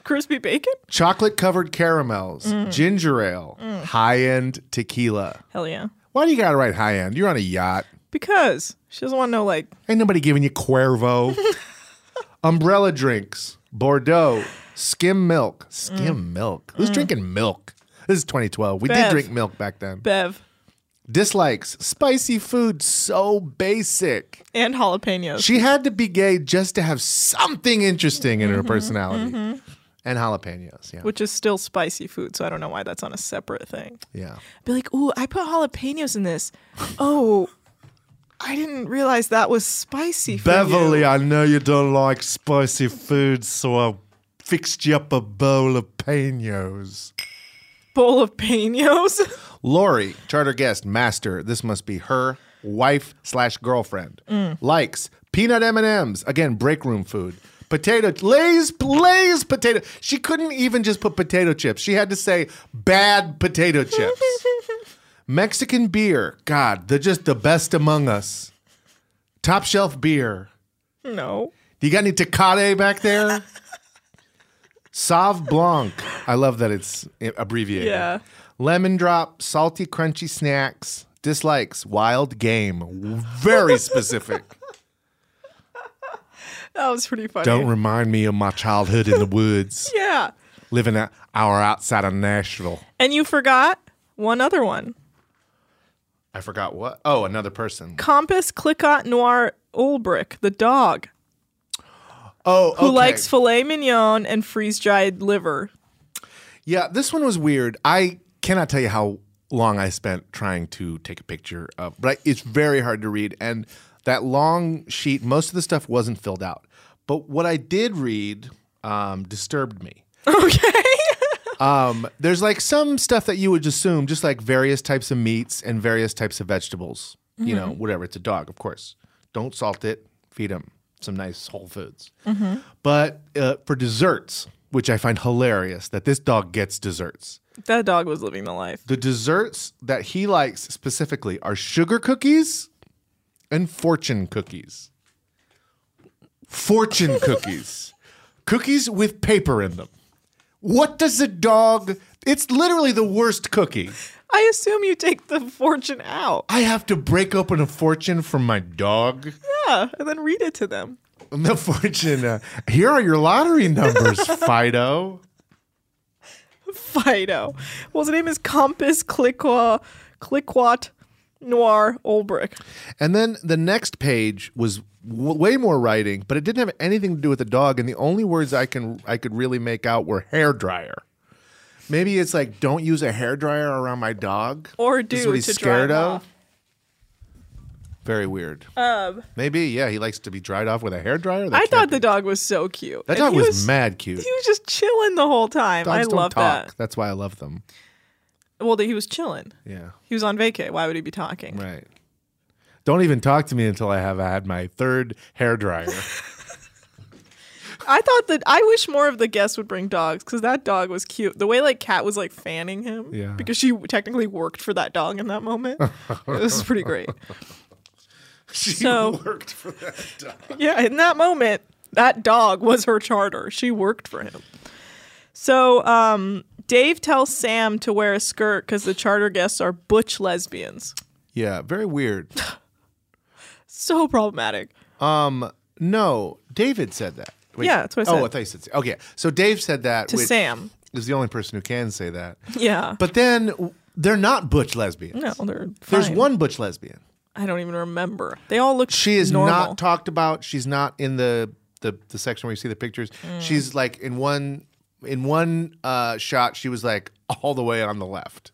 [SPEAKER 3] Crispy bacon?
[SPEAKER 4] Chocolate covered caramels, ginger ale, high end tequila.
[SPEAKER 3] Hell yeah.
[SPEAKER 4] Why do you gotta write high end? You're on a yacht.
[SPEAKER 3] Because she doesn't want to know like
[SPEAKER 4] Ain't nobody giving you Cuervo. Umbrella drinks, Bordeaux, skim milk. Skim milk. Mm. Who's drinking milk? This is 2012. We did
[SPEAKER 3] Bev.
[SPEAKER 4] drink milk back then.
[SPEAKER 3] Bev
[SPEAKER 4] Dislikes spicy food so basic.
[SPEAKER 3] and jalapenos.
[SPEAKER 4] She had to be gay just to have something interesting in her personality. And jalapenos, yeah.
[SPEAKER 3] which is still spicy food, so I don't know why that's on a separate thing.
[SPEAKER 4] yeah.
[SPEAKER 3] Be like, ooh, I put jalapenos in this. Oh, I didn't realize that was spicy. For
[SPEAKER 4] Beverly,
[SPEAKER 3] you.
[SPEAKER 4] I know you don't like spicy food, so I fixed you up a bowl of penos.
[SPEAKER 3] bowl of penos.
[SPEAKER 4] Lori, charter guest, master. This must be her wife slash girlfriend. Likes peanut M and M's. Again, break room food. Potato Lay's Lay's potato. She couldn't even just put potato chips. She had to say bad potato chips. Mexican beer. God, they're just the best among us. Top shelf beer.
[SPEAKER 3] no.
[SPEAKER 4] You got any Tecate back there? Sauve Blanc. I love that it's abbreviated.
[SPEAKER 3] Yeah.
[SPEAKER 4] Lemon drop, salty, crunchy snacks. Dislikes, wild game. Very specific.
[SPEAKER 3] That was pretty funny.
[SPEAKER 4] Don't remind me of my childhood in the woods,
[SPEAKER 3] yeah.
[SPEAKER 4] living an hour outside of Nashville.
[SPEAKER 3] And you forgot one other one.
[SPEAKER 4] I forgot what. Oh, another person.
[SPEAKER 3] Compass Clicquot Noir Ulbrich, the dog,
[SPEAKER 4] Oh,
[SPEAKER 3] who
[SPEAKER 4] okay.
[SPEAKER 3] likes filet mignon and freeze dried liver.
[SPEAKER 4] Yeah, this one was weird. I cannot tell you how long I spent trying to take a picture of, but it's very hard to read. And that long sheet, most of the stuff wasn't filled out. But what I did read um, disturbed me.
[SPEAKER 3] Okay.
[SPEAKER 4] Um, there's like some stuff that you would assume, just like various types of meats and various types of vegetables. You know, whatever. It's a dog, of course. Don't salt it. Feed him some nice whole foods. But uh, for desserts, which I find hilarious, that this dog gets desserts.
[SPEAKER 3] That dog was living the life.
[SPEAKER 4] The desserts that he likes specifically are sugar cookies and fortune cookies. Fortune cookies. cookies with paper in them. What does a dog? It's literally the worst cookie.
[SPEAKER 3] I assume you take the fortune out.
[SPEAKER 4] I have to break open a fortune from my dog.
[SPEAKER 3] Yeah, and then read it to them.
[SPEAKER 4] And The fortune. Uh, here are your lottery numbers, Fido.
[SPEAKER 3] Fido. Well, his name is Compass Cliqua, Cliquot Noir Olbrich.
[SPEAKER 4] And then the next page was w- way more writing, but it didn't have anything to do with the dog. And the only words I can I could really make out were hair dryer. Maybe it's like don't use a hair dryer around my dog,
[SPEAKER 3] Or
[SPEAKER 4] This is
[SPEAKER 3] do
[SPEAKER 4] what he's
[SPEAKER 3] to dry
[SPEAKER 4] scared
[SPEAKER 3] it
[SPEAKER 4] of.
[SPEAKER 3] off.
[SPEAKER 4] Very weird. Um, Maybe yeah, he likes to be dried off with a hair dryer.
[SPEAKER 3] I thought the dog was so cute.
[SPEAKER 4] that
[SPEAKER 3] And
[SPEAKER 4] dog
[SPEAKER 3] he
[SPEAKER 4] was, mad cute.
[SPEAKER 3] He was just chilling the whole time.
[SPEAKER 4] Dogs
[SPEAKER 3] I
[SPEAKER 4] don't
[SPEAKER 3] love
[SPEAKER 4] talk.
[SPEAKER 3] that.
[SPEAKER 4] That's why I love them.
[SPEAKER 3] Well, that he was chilling.
[SPEAKER 4] Yeah,
[SPEAKER 3] He was on vacay. Why would he be talking?
[SPEAKER 4] right. Don't even talk to me until I have had my third hair dryer.
[SPEAKER 3] I thought that I wish more of the guests would bring dogs because that dog was cute. The way like Kat was like fanning him,
[SPEAKER 4] Yeah.
[SPEAKER 3] because she technically worked for that dog in that moment. it was pretty great.
[SPEAKER 4] she
[SPEAKER 3] So-
[SPEAKER 4] worked for that dog.
[SPEAKER 3] Yeah, in that moment, that dog was her charter. She worked for him. So um, Dave tells Sam to wear a skirt because the charter guests are butch lesbians.
[SPEAKER 4] Yeah, very weird.
[SPEAKER 3] So problematic.
[SPEAKER 4] Um, no, David said that. Wait.
[SPEAKER 3] Yeah, that's what I
[SPEAKER 4] Oh,
[SPEAKER 3] said.
[SPEAKER 4] I thought you said. Okay, so Dave said that
[SPEAKER 3] To
[SPEAKER 4] which
[SPEAKER 3] Sam.
[SPEAKER 4] is the only person who can say that.
[SPEAKER 3] Yeah.
[SPEAKER 4] But then w- they're not butch lesbians.
[SPEAKER 3] no, they're
[SPEAKER 4] There's
[SPEAKER 3] fine.
[SPEAKER 4] one butch lesbian.
[SPEAKER 3] I don't even remember. They all look.
[SPEAKER 4] She is
[SPEAKER 3] normal.
[SPEAKER 4] not talked about. She's not in the the, the section where you see the pictures.
[SPEAKER 3] Mm.
[SPEAKER 4] She's like in one in one uh, shot. She was like all the way on the left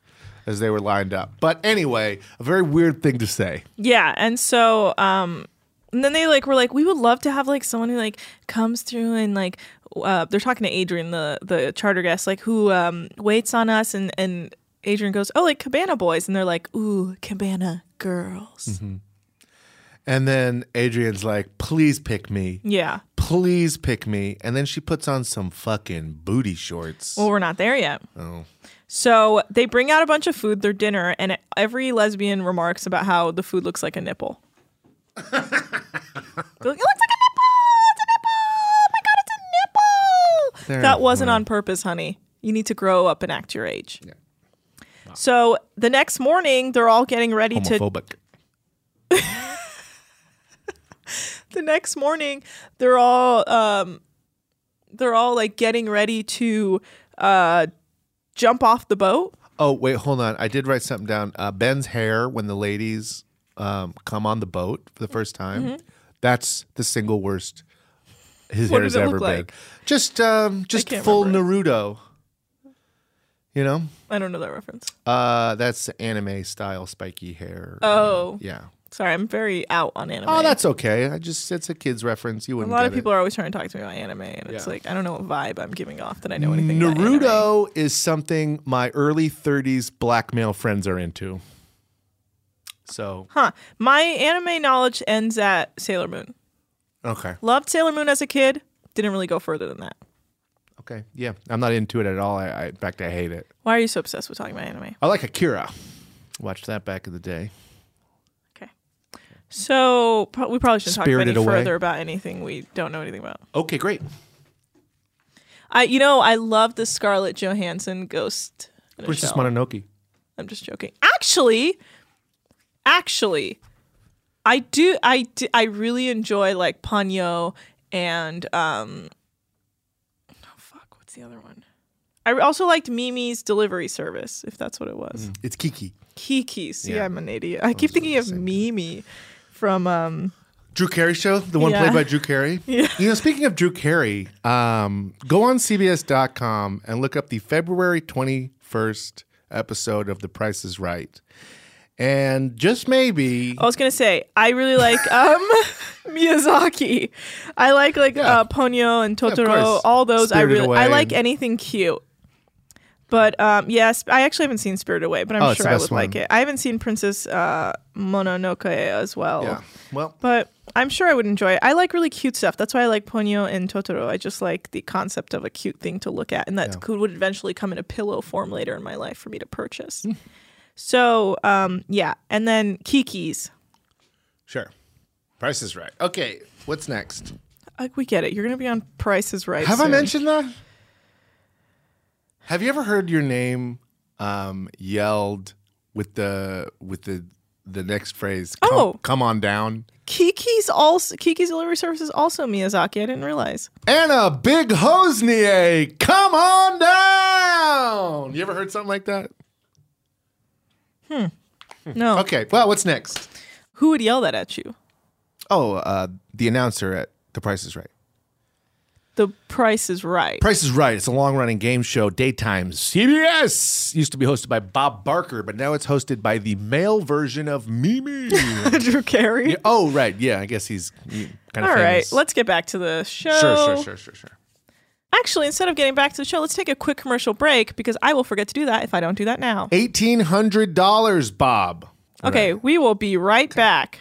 [SPEAKER 4] as they were lined up. But anyway, a very weird thing to say.
[SPEAKER 3] Yeah, and so um and then they like were like we would love to have like someone who like comes through and like uh they're talking to Adrian the the charter guest like who um waits on us and and Adrian goes, "Oh, like Cabana boys." And they're like, "Ooh, Cabana girls."
[SPEAKER 4] Mm-hmm. And then Adrian's like, "Please pick me."
[SPEAKER 3] Yeah.
[SPEAKER 4] please pick me. And then she puts on some fucking booty shorts.
[SPEAKER 3] Well, we're not there yet. Oh. So they bring out a bunch of food, their dinner, and every lesbian remarks about how the food looks like a nipple. They're like, it looks like a nipple! It's a nipple! Oh my god, it's a nipple!
[SPEAKER 4] There-
[SPEAKER 3] that wasn't
[SPEAKER 4] well.
[SPEAKER 3] on purpose, honey. You need to grow up and act your age. So the next morning, they're all getting ready to
[SPEAKER 4] Homophobic.
[SPEAKER 3] the next morning they're all um they're all like getting ready to uh jump off the boat
[SPEAKER 4] Oh, wait, hold on. I did write something down. Uh, Ben's hair when the ladies um, come on the boat for the first time.
[SPEAKER 3] Mm-hmm.
[SPEAKER 4] That's the single worst his
[SPEAKER 3] What
[SPEAKER 4] hair has
[SPEAKER 3] did it
[SPEAKER 4] ever
[SPEAKER 3] look like?
[SPEAKER 4] been. Just um, just
[SPEAKER 3] can't
[SPEAKER 4] full
[SPEAKER 3] remember
[SPEAKER 4] Naruto. You know?
[SPEAKER 3] i don't know that reference
[SPEAKER 4] Uh, that's anime style spiky hair.
[SPEAKER 3] Oh.
[SPEAKER 4] Yeah.
[SPEAKER 3] sorry i'm very out on anime
[SPEAKER 4] Um, Oh, that's okay. I just it's a kid's reference. You
[SPEAKER 3] a
[SPEAKER 4] wouldn't
[SPEAKER 3] lot
[SPEAKER 4] get
[SPEAKER 3] of
[SPEAKER 4] it.
[SPEAKER 3] people are always trying to talk to me about anime and it's
[SPEAKER 4] Yeah.
[SPEAKER 3] like i don't know what vibe i'm giving off that i know anything about anime.
[SPEAKER 4] Naruto is something my early 30s black male friends are into. So,
[SPEAKER 3] huh my anime knowledge ends at sailor moon
[SPEAKER 4] okay.
[SPEAKER 3] loved sailor moon as a kid didn't really go further than that
[SPEAKER 4] Okay. Yeah. I'm not into it at all. I, I in fact I hate it.
[SPEAKER 3] why are you so obsessed with talking about anime
[SPEAKER 4] I like Akira. Watched that back in the day.
[SPEAKER 3] okay so pro- we probably shouldn't
[SPEAKER 4] Spirited
[SPEAKER 3] talk any
[SPEAKER 4] Away.
[SPEAKER 3] further about anything we don't know anything about
[SPEAKER 4] Okay, great.
[SPEAKER 3] I, you know, I love the Scarlett Johansson ghost. in a
[SPEAKER 4] Princess
[SPEAKER 3] shell.
[SPEAKER 4] Mononoke.
[SPEAKER 3] I'm just joking. Actually, actually, I do. I do, I really enjoy like Ponyo and um. Oh fuck! What's the other one? I also liked Mimi's Delivery Service, if that's what it was.
[SPEAKER 4] It's Kiki.
[SPEAKER 3] Kiki. See,
[SPEAKER 4] Mm. Yeah.
[SPEAKER 3] I'm an idiot. I keep thinking of Mimi from um.
[SPEAKER 4] Drew Carey show, the one
[SPEAKER 3] Yeah.
[SPEAKER 4] played by Drew Carey. You know, speaking of Drew Carey, um, go on CBS.com and look up the February 21st episode of The Price is Right. And just maybe
[SPEAKER 3] I was gonna say I really like um Miyazaki. I like like
[SPEAKER 4] Yeah.
[SPEAKER 3] uh, Ponyo and
[SPEAKER 4] of
[SPEAKER 3] Totoro.
[SPEAKER 4] course.
[SPEAKER 3] all those I
[SPEAKER 4] Spirited
[SPEAKER 3] really I
[SPEAKER 4] Away
[SPEAKER 3] like
[SPEAKER 4] and-
[SPEAKER 3] anything cute. But um, yes, I actually haven't seen Spirited Away, but I'm
[SPEAKER 4] Oh, it's
[SPEAKER 3] sure
[SPEAKER 4] the
[SPEAKER 3] I
[SPEAKER 4] best
[SPEAKER 3] would like
[SPEAKER 4] one.
[SPEAKER 3] it. I haven't seen Princess uh, Mononoke as well.
[SPEAKER 4] Yeah. Well,
[SPEAKER 3] But I'm sure I would enjoy it. I like really cute stuff. That's why I like Ponyo and Totoro. I just like the concept of a cute thing to look at, and that could would eventually come in a pillow form later in my life for me to
[SPEAKER 4] Hmm.
[SPEAKER 3] purchase. so um, yeah, and then Kiki's.
[SPEAKER 4] sure. Price is right. Okay, what's next?
[SPEAKER 3] Like we get it. You're gonna be on Price is Right.
[SPEAKER 4] Have I
[SPEAKER 3] soon.
[SPEAKER 4] mentioned that? Have you ever heard your name um, yelled with the with the the next phrase? Come,
[SPEAKER 3] Oh.
[SPEAKER 4] come on down,
[SPEAKER 3] Kiki's also Kiki's delivery service is also Miyazaki. I didn't realize.
[SPEAKER 4] Anna Big Hosnier. Come on down. You ever heard something like that?
[SPEAKER 3] No,
[SPEAKER 4] Hmm. Okay. Well, what's next?
[SPEAKER 3] who would yell that at you?
[SPEAKER 4] Oh, uh, the announcer at The Price is Right.
[SPEAKER 3] The Price is Right.
[SPEAKER 4] Price is Right. It's a long running game show, daytime CBS. Used to be hosted by Bob Barker, but now it's hosted by the male version of Mimi.
[SPEAKER 3] Drew Carey.
[SPEAKER 4] Yeah, oh, right. Yeah, I guess he's kind of
[SPEAKER 3] All right,
[SPEAKER 4] famous.
[SPEAKER 3] let's get back to the show.
[SPEAKER 4] Sure, sure, sure, sure, sure.
[SPEAKER 3] Actually, instead of getting back to the show, let's take a quick commercial break because I will forget to do that if I don't do that now.
[SPEAKER 4] $1,800, Bob.
[SPEAKER 3] Okay, we will be right back.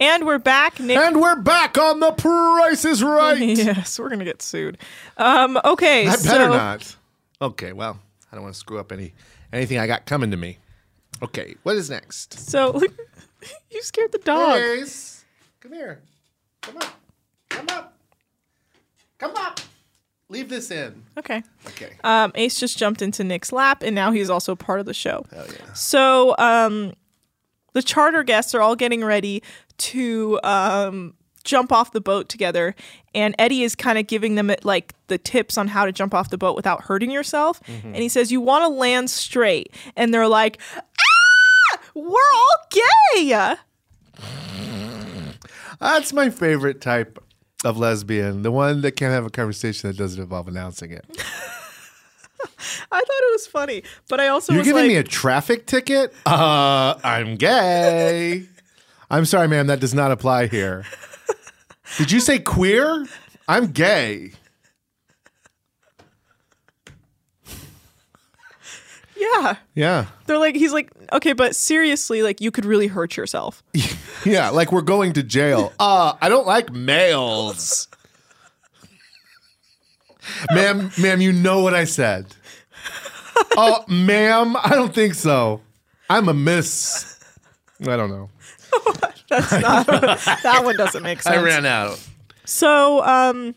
[SPEAKER 3] And we're back, Nick.
[SPEAKER 4] And we're back on The Price is Right.
[SPEAKER 3] yes, we're gonna get sued. Um, okay,
[SPEAKER 4] I better
[SPEAKER 3] so
[SPEAKER 4] not. Okay, well, I don't want to screw up any anything I got coming to me. Okay, what is next?
[SPEAKER 3] so look, you scared the dog.
[SPEAKER 4] Grace, come here. Come up. Come up. Come up. Leave this in.
[SPEAKER 3] Okay.
[SPEAKER 4] Okay.
[SPEAKER 3] Um, Ace just jumped into Nick's lap, and now he's also part of the show. So um, the charter guests are all getting ready to um, jump off the boat together, and Eddie is kind of giving them like the tips on how to jump off the boat without hurting yourself.
[SPEAKER 4] Mm-hmm.
[SPEAKER 3] And he says, "You want to land straight," and they're like, "Ah, we're all gay."
[SPEAKER 4] That's my favorite type of lesbian, the one that can't have a conversation that doesn't involve announcing it.
[SPEAKER 3] I thought it was funny, but I also
[SPEAKER 4] You're
[SPEAKER 3] was
[SPEAKER 4] giving
[SPEAKER 3] like,
[SPEAKER 4] me a traffic ticket? Uh, I'm gay. I'm sorry, ma'am. That does not apply here. Did you say queer? I'm gay.
[SPEAKER 3] "Yeah."
[SPEAKER 4] Yeah.
[SPEAKER 3] They're like, he's like, "Okay, but seriously, like you could really hurt yourself."
[SPEAKER 4] Yeah. Like we're going to jail. Uh, I don't like males. ma'am, ma'am, you know what I said. Oh, ma'am, I don't think so. I'm a miss. I don't know.
[SPEAKER 3] That's not that one doesn't make sense.
[SPEAKER 4] out.
[SPEAKER 3] So, um,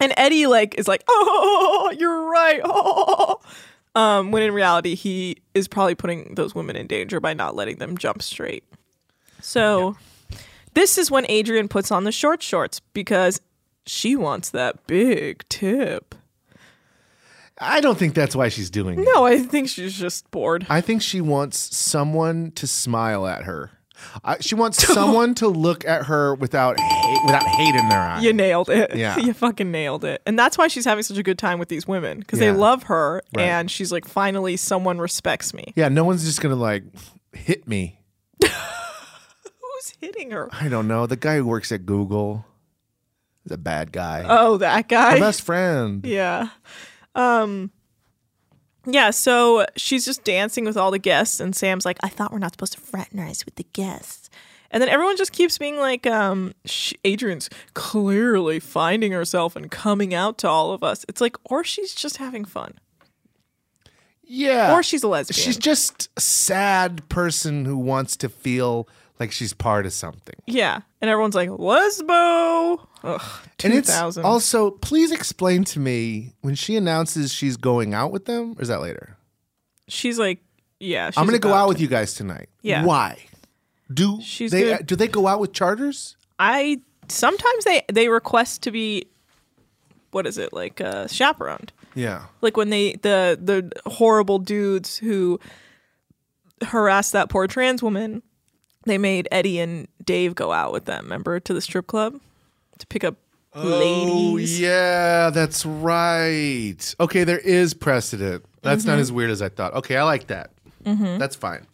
[SPEAKER 3] And Eddie like is like, "Oh, you're right." Oh. Um, when in reality, he is probably putting those women in danger by not letting them jump straight. So, this is when Adrian puts on the short shorts because she wants that big tip.
[SPEAKER 4] I don't think that's why she's doing it.
[SPEAKER 3] No, I think she's just bored.
[SPEAKER 4] I think she wants someone to smile at her. I, she wants someone to look at her without hate, without hate in their eye.
[SPEAKER 3] You nailed it.
[SPEAKER 4] Yeah.
[SPEAKER 3] you fucking nailed it. And that's why she's having such a good time with these women because
[SPEAKER 4] Yeah.
[SPEAKER 3] they love her
[SPEAKER 4] Right.
[SPEAKER 3] and she's like, finally, someone respects me.
[SPEAKER 4] Yeah, no one's just gonna like hit me.
[SPEAKER 3] Who's hitting her?
[SPEAKER 4] I don't know. The guy who works at Google is a bad guy.
[SPEAKER 3] Oh, that guy.
[SPEAKER 4] My best friend.
[SPEAKER 3] Yeah. Um Yeah, so she's just dancing with all the guests and Sam's like, "I thought we're not supposed to fraternize with the guests." And then everyone just keeps being like, um, sh- Adrian's clearly finding herself and coming out to all of us. It's like, or she's just having fun.
[SPEAKER 4] Yeah.
[SPEAKER 3] Or she's a lesbian.
[SPEAKER 4] She's just a sad person who wants to feel like she's part of something.
[SPEAKER 3] Yeah. And everyone's like, Lesbo. Ugh,
[SPEAKER 4] And it's
[SPEAKER 3] 2000.
[SPEAKER 4] also, please explain to me when she announces she's going out with them, or is that later?
[SPEAKER 3] she's like, yeah. She's
[SPEAKER 4] I'm going to go
[SPEAKER 3] about
[SPEAKER 4] out
[SPEAKER 3] to.
[SPEAKER 4] with you guys tonight.
[SPEAKER 3] Yeah.
[SPEAKER 4] Why? Do
[SPEAKER 3] She's
[SPEAKER 4] they
[SPEAKER 3] gonna-
[SPEAKER 4] do they go out with charters?
[SPEAKER 3] I sometimes they they request to be what is it like uh chaperoned
[SPEAKER 4] Yeah.
[SPEAKER 3] like when they the the horrible dudes who harassed that poor trans woman they made Eddie and Dave go out with them remember to the strip club to pick up
[SPEAKER 4] Oh
[SPEAKER 3] ladies
[SPEAKER 4] yeah, that's right. Okay, there is precedent. That's not
[SPEAKER 3] Mhm.
[SPEAKER 4] as weird as I thought. Okay, I like that.
[SPEAKER 3] Mhm.
[SPEAKER 4] That's fine.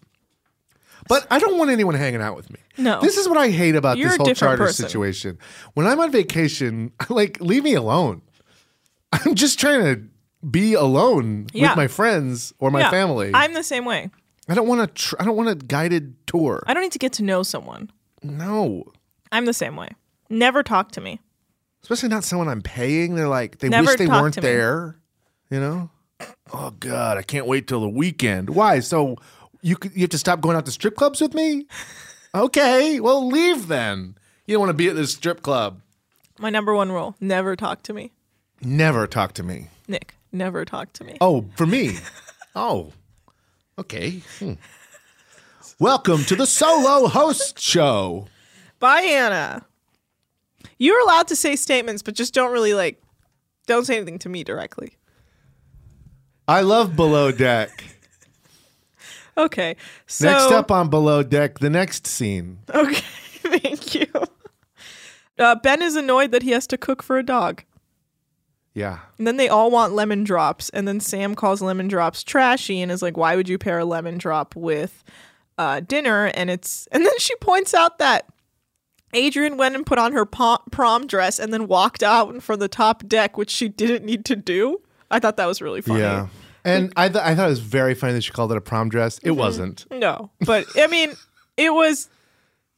[SPEAKER 4] But I don't want anyone hanging out with me.
[SPEAKER 3] No.
[SPEAKER 4] This is what I hate about
[SPEAKER 3] You're
[SPEAKER 4] this
[SPEAKER 3] a
[SPEAKER 4] whole
[SPEAKER 3] different
[SPEAKER 4] charter
[SPEAKER 3] person.
[SPEAKER 4] situation. When I'm on vacation, like leave me alone. I'm just trying to be alone
[SPEAKER 3] Yeah.
[SPEAKER 4] with my friends or my
[SPEAKER 3] Yeah,
[SPEAKER 4] family.
[SPEAKER 3] I'm the same way
[SPEAKER 4] I don't want to tr- I don't want a guided tour.
[SPEAKER 3] I don't need to get to know someone
[SPEAKER 4] no.
[SPEAKER 3] I'm the same way never talk to me
[SPEAKER 4] especially not someone I'm paying. They're like they
[SPEAKER 3] Never
[SPEAKER 4] wish they
[SPEAKER 3] talk
[SPEAKER 4] weren't
[SPEAKER 3] to me.
[SPEAKER 4] there. You know? Oh God, I can't wait till the weekend. Why? So you could, you have to stop going out to strip clubs with me? Okay, well leave then. You don't want to be at this strip club.
[SPEAKER 3] my number one rule never talk to me
[SPEAKER 4] Never talk to me.
[SPEAKER 3] Nick never talk to me
[SPEAKER 4] Oh, for me. oh, okay. Hmm. Welcome to the solo host show.
[SPEAKER 3] Bye, Anna. You're allowed to say statements, but just don't really like, don't say anything to me directly.
[SPEAKER 4] I love Below Deck.
[SPEAKER 3] Okay. So,
[SPEAKER 4] next up on Below Deck, the next scene.
[SPEAKER 3] Okay. Thank you. Uh, ben is annoyed that he has to cook for a dog.
[SPEAKER 4] Yeah.
[SPEAKER 3] And then they all want lemon drops. And then Sam calls lemon drops trashy and is like, why would you pair a lemon drop with uh, dinner? And it's, and then she points out that Adrian went and put on her pom- prom dress and then walked out from the top deck, which she didn't need to do. I thought that was really funny.
[SPEAKER 4] Yeah. And I, th- I thought it was very funny that she called it a prom dress.
[SPEAKER 3] Mm-hmm.
[SPEAKER 4] It wasn't.
[SPEAKER 3] No, but I mean, it was,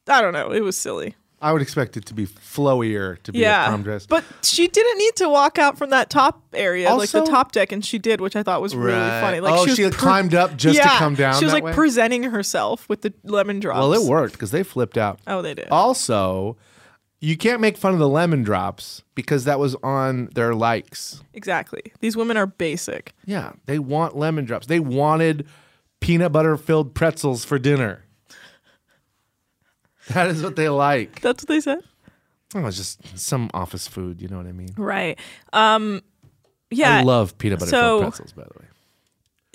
[SPEAKER 3] I don't know, it was silly.
[SPEAKER 4] I would expect it to be flowier to be a prom dress.
[SPEAKER 3] But she didn't need to walk out from that top area, like
[SPEAKER 4] Also-
[SPEAKER 3] the top deck, and she did, which I thought was really
[SPEAKER 4] Right.
[SPEAKER 3] funny. Like
[SPEAKER 4] Oh,
[SPEAKER 3] was
[SPEAKER 4] she had climbed up just to
[SPEAKER 3] Yeah,
[SPEAKER 4] come down
[SPEAKER 3] She was
[SPEAKER 4] that
[SPEAKER 3] like
[SPEAKER 4] way?
[SPEAKER 3] presenting herself with the lemon drops.
[SPEAKER 4] well, it worked because they flipped out.
[SPEAKER 3] Oh, they did.
[SPEAKER 4] Also, you can't make fun of the lemon drops because that was on their likes.
[SPEAKER 3] Exactly. These women are basic.
[SPEAKER 4] Yeah. They want lemon drops. They wanted peanut butter filled pretzels for dinner. That is what they like.
[SPEAKER 3] That's what they said.
[SPEAKER 4] Oh, it's just some office food. You know what I mean?
[SPEAKER 3] Right. Um. Yeah.
[SPEAKER 4] I love peanut butter
[SPEAKER 3] so
[SPEAKER 4] filled pretzels, by the way.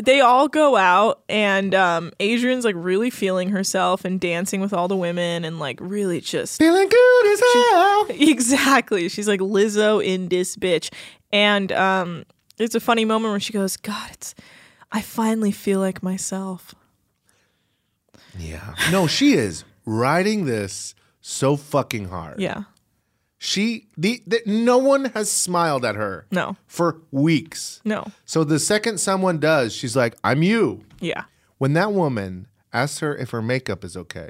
[SPEAKER 3] They all go out, and um, Adrian's like really feeling herself and dancing with all the women, and like really just
[SPEAKER 4] feeling good as hell.
[SPEAKER 3] exactly. She's like Lizzo in this bitch, and um, it's a funny moment where she goes, "God, it's I finally feel like myself."
[SPEAKER 4] Yeah. No, she is riding this so fucking hard.
[SPEAKER 3] Yeah.
[SPEAKER 4] She the, the no one has smiled at her.
[SPEAKER 3] No.
[SPEAKER 4] For weeks.
[SPEAKER 3] No.
[SPEAKER 4] So the second someone does, she's like, "I'm you."
[SPEAKER 3] Yeah.
[SPEAKER 4] When that woman asks her if her makeup is okay,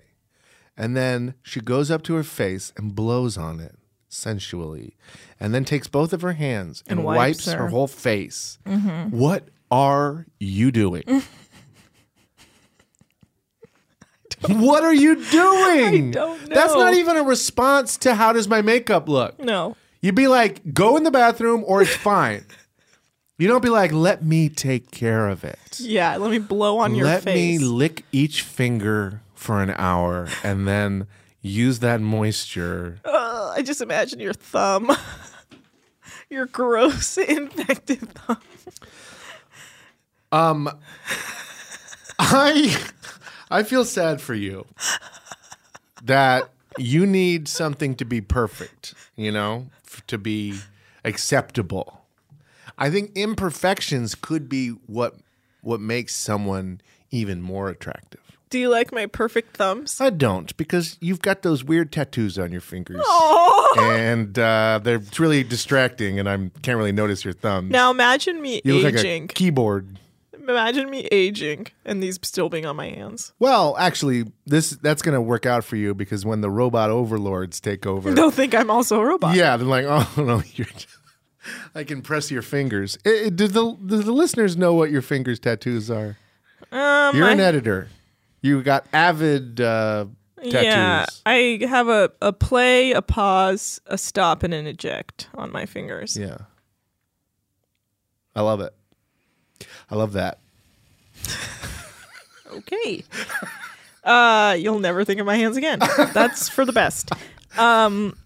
[SPEAKER 4] and then she goes up to her face and blows on it sensually, and then takes both of her hands and,
[SPEAKER 3] And wipes
[SPEAKER 4] wipes her
[SPEAKER 3] her.
[SPEAKER 4] whole face.
[SPEAKER 3] Mhm.
[SPEAKER 4] What are you doing? What are you doing?
[SPEAKER 3] I don't
[SPEAKER 4] That's
[SPEAKER 3] know.
[SPEAKER 4] not even a response to how does my makeup look.
[SPEAKER 3] No.
[SPEAKER 4] You'd be like, go in the bathroom or it's fine. You don't be like, let me take care of it.
[SPEAKER 3] Yeah, let me blow on your
[SPEAKER 4] let
[SPEAKER 3] face.
[SPEAKER 4] me lick each finger for an hour and then use that moisture.
[SPEAKER 3] Ugh, I just imagine your thumb. your gross, infected thumb.
[SPEAKER 4] Um I I feel sad for you that you need something to be perfect, you know, f- to be acceptable. I think imperfections could be what what makes someone even more attractive.
[SPEAKER 3] Do you like my perfect thumbs?
[SPEAKER 4] I don't because you've got those weird tattoos on your fingers.
[SPEAKER 3] Aw.
[SPEAKER 4] And uh, they're it's really distracting, and I can't really notice your thumbs.
[SPEAKER 3] Now imagine me
[SPEAKER 4] you look
[SPEAKER 3] aging.
[SPEAKER 4] like a keyboard.
[SPEAKER 3] imagine me aging and these still being on my hands.
[SPEAKER 4] Well, actually, this that's going to work out for you because when the robot overlords take over,
[SPEAKER 3] Don't think I'm also a robot.
[SPEAKER 4] yeah, they're like, oh no, you're. I can press your fingers. Eh, eh, do the do the listeners know what your fingers tattoos are?
[SPEAKER 3] Um,
[SPEAKER 4] you're
[SPEAKER 3] I-
[SPEAKER 4] an editor. You got avid uh, tattoos.
[SPEAKER 3] Yeah, I have a, a play, a pause, a stop, and an eject on my fingers.
[SPEAKER 4] Yeah. I love it. I love that.
[SPEAKER 3] Okay. Uh, you'll never think of my hands again. That's for the best. Um,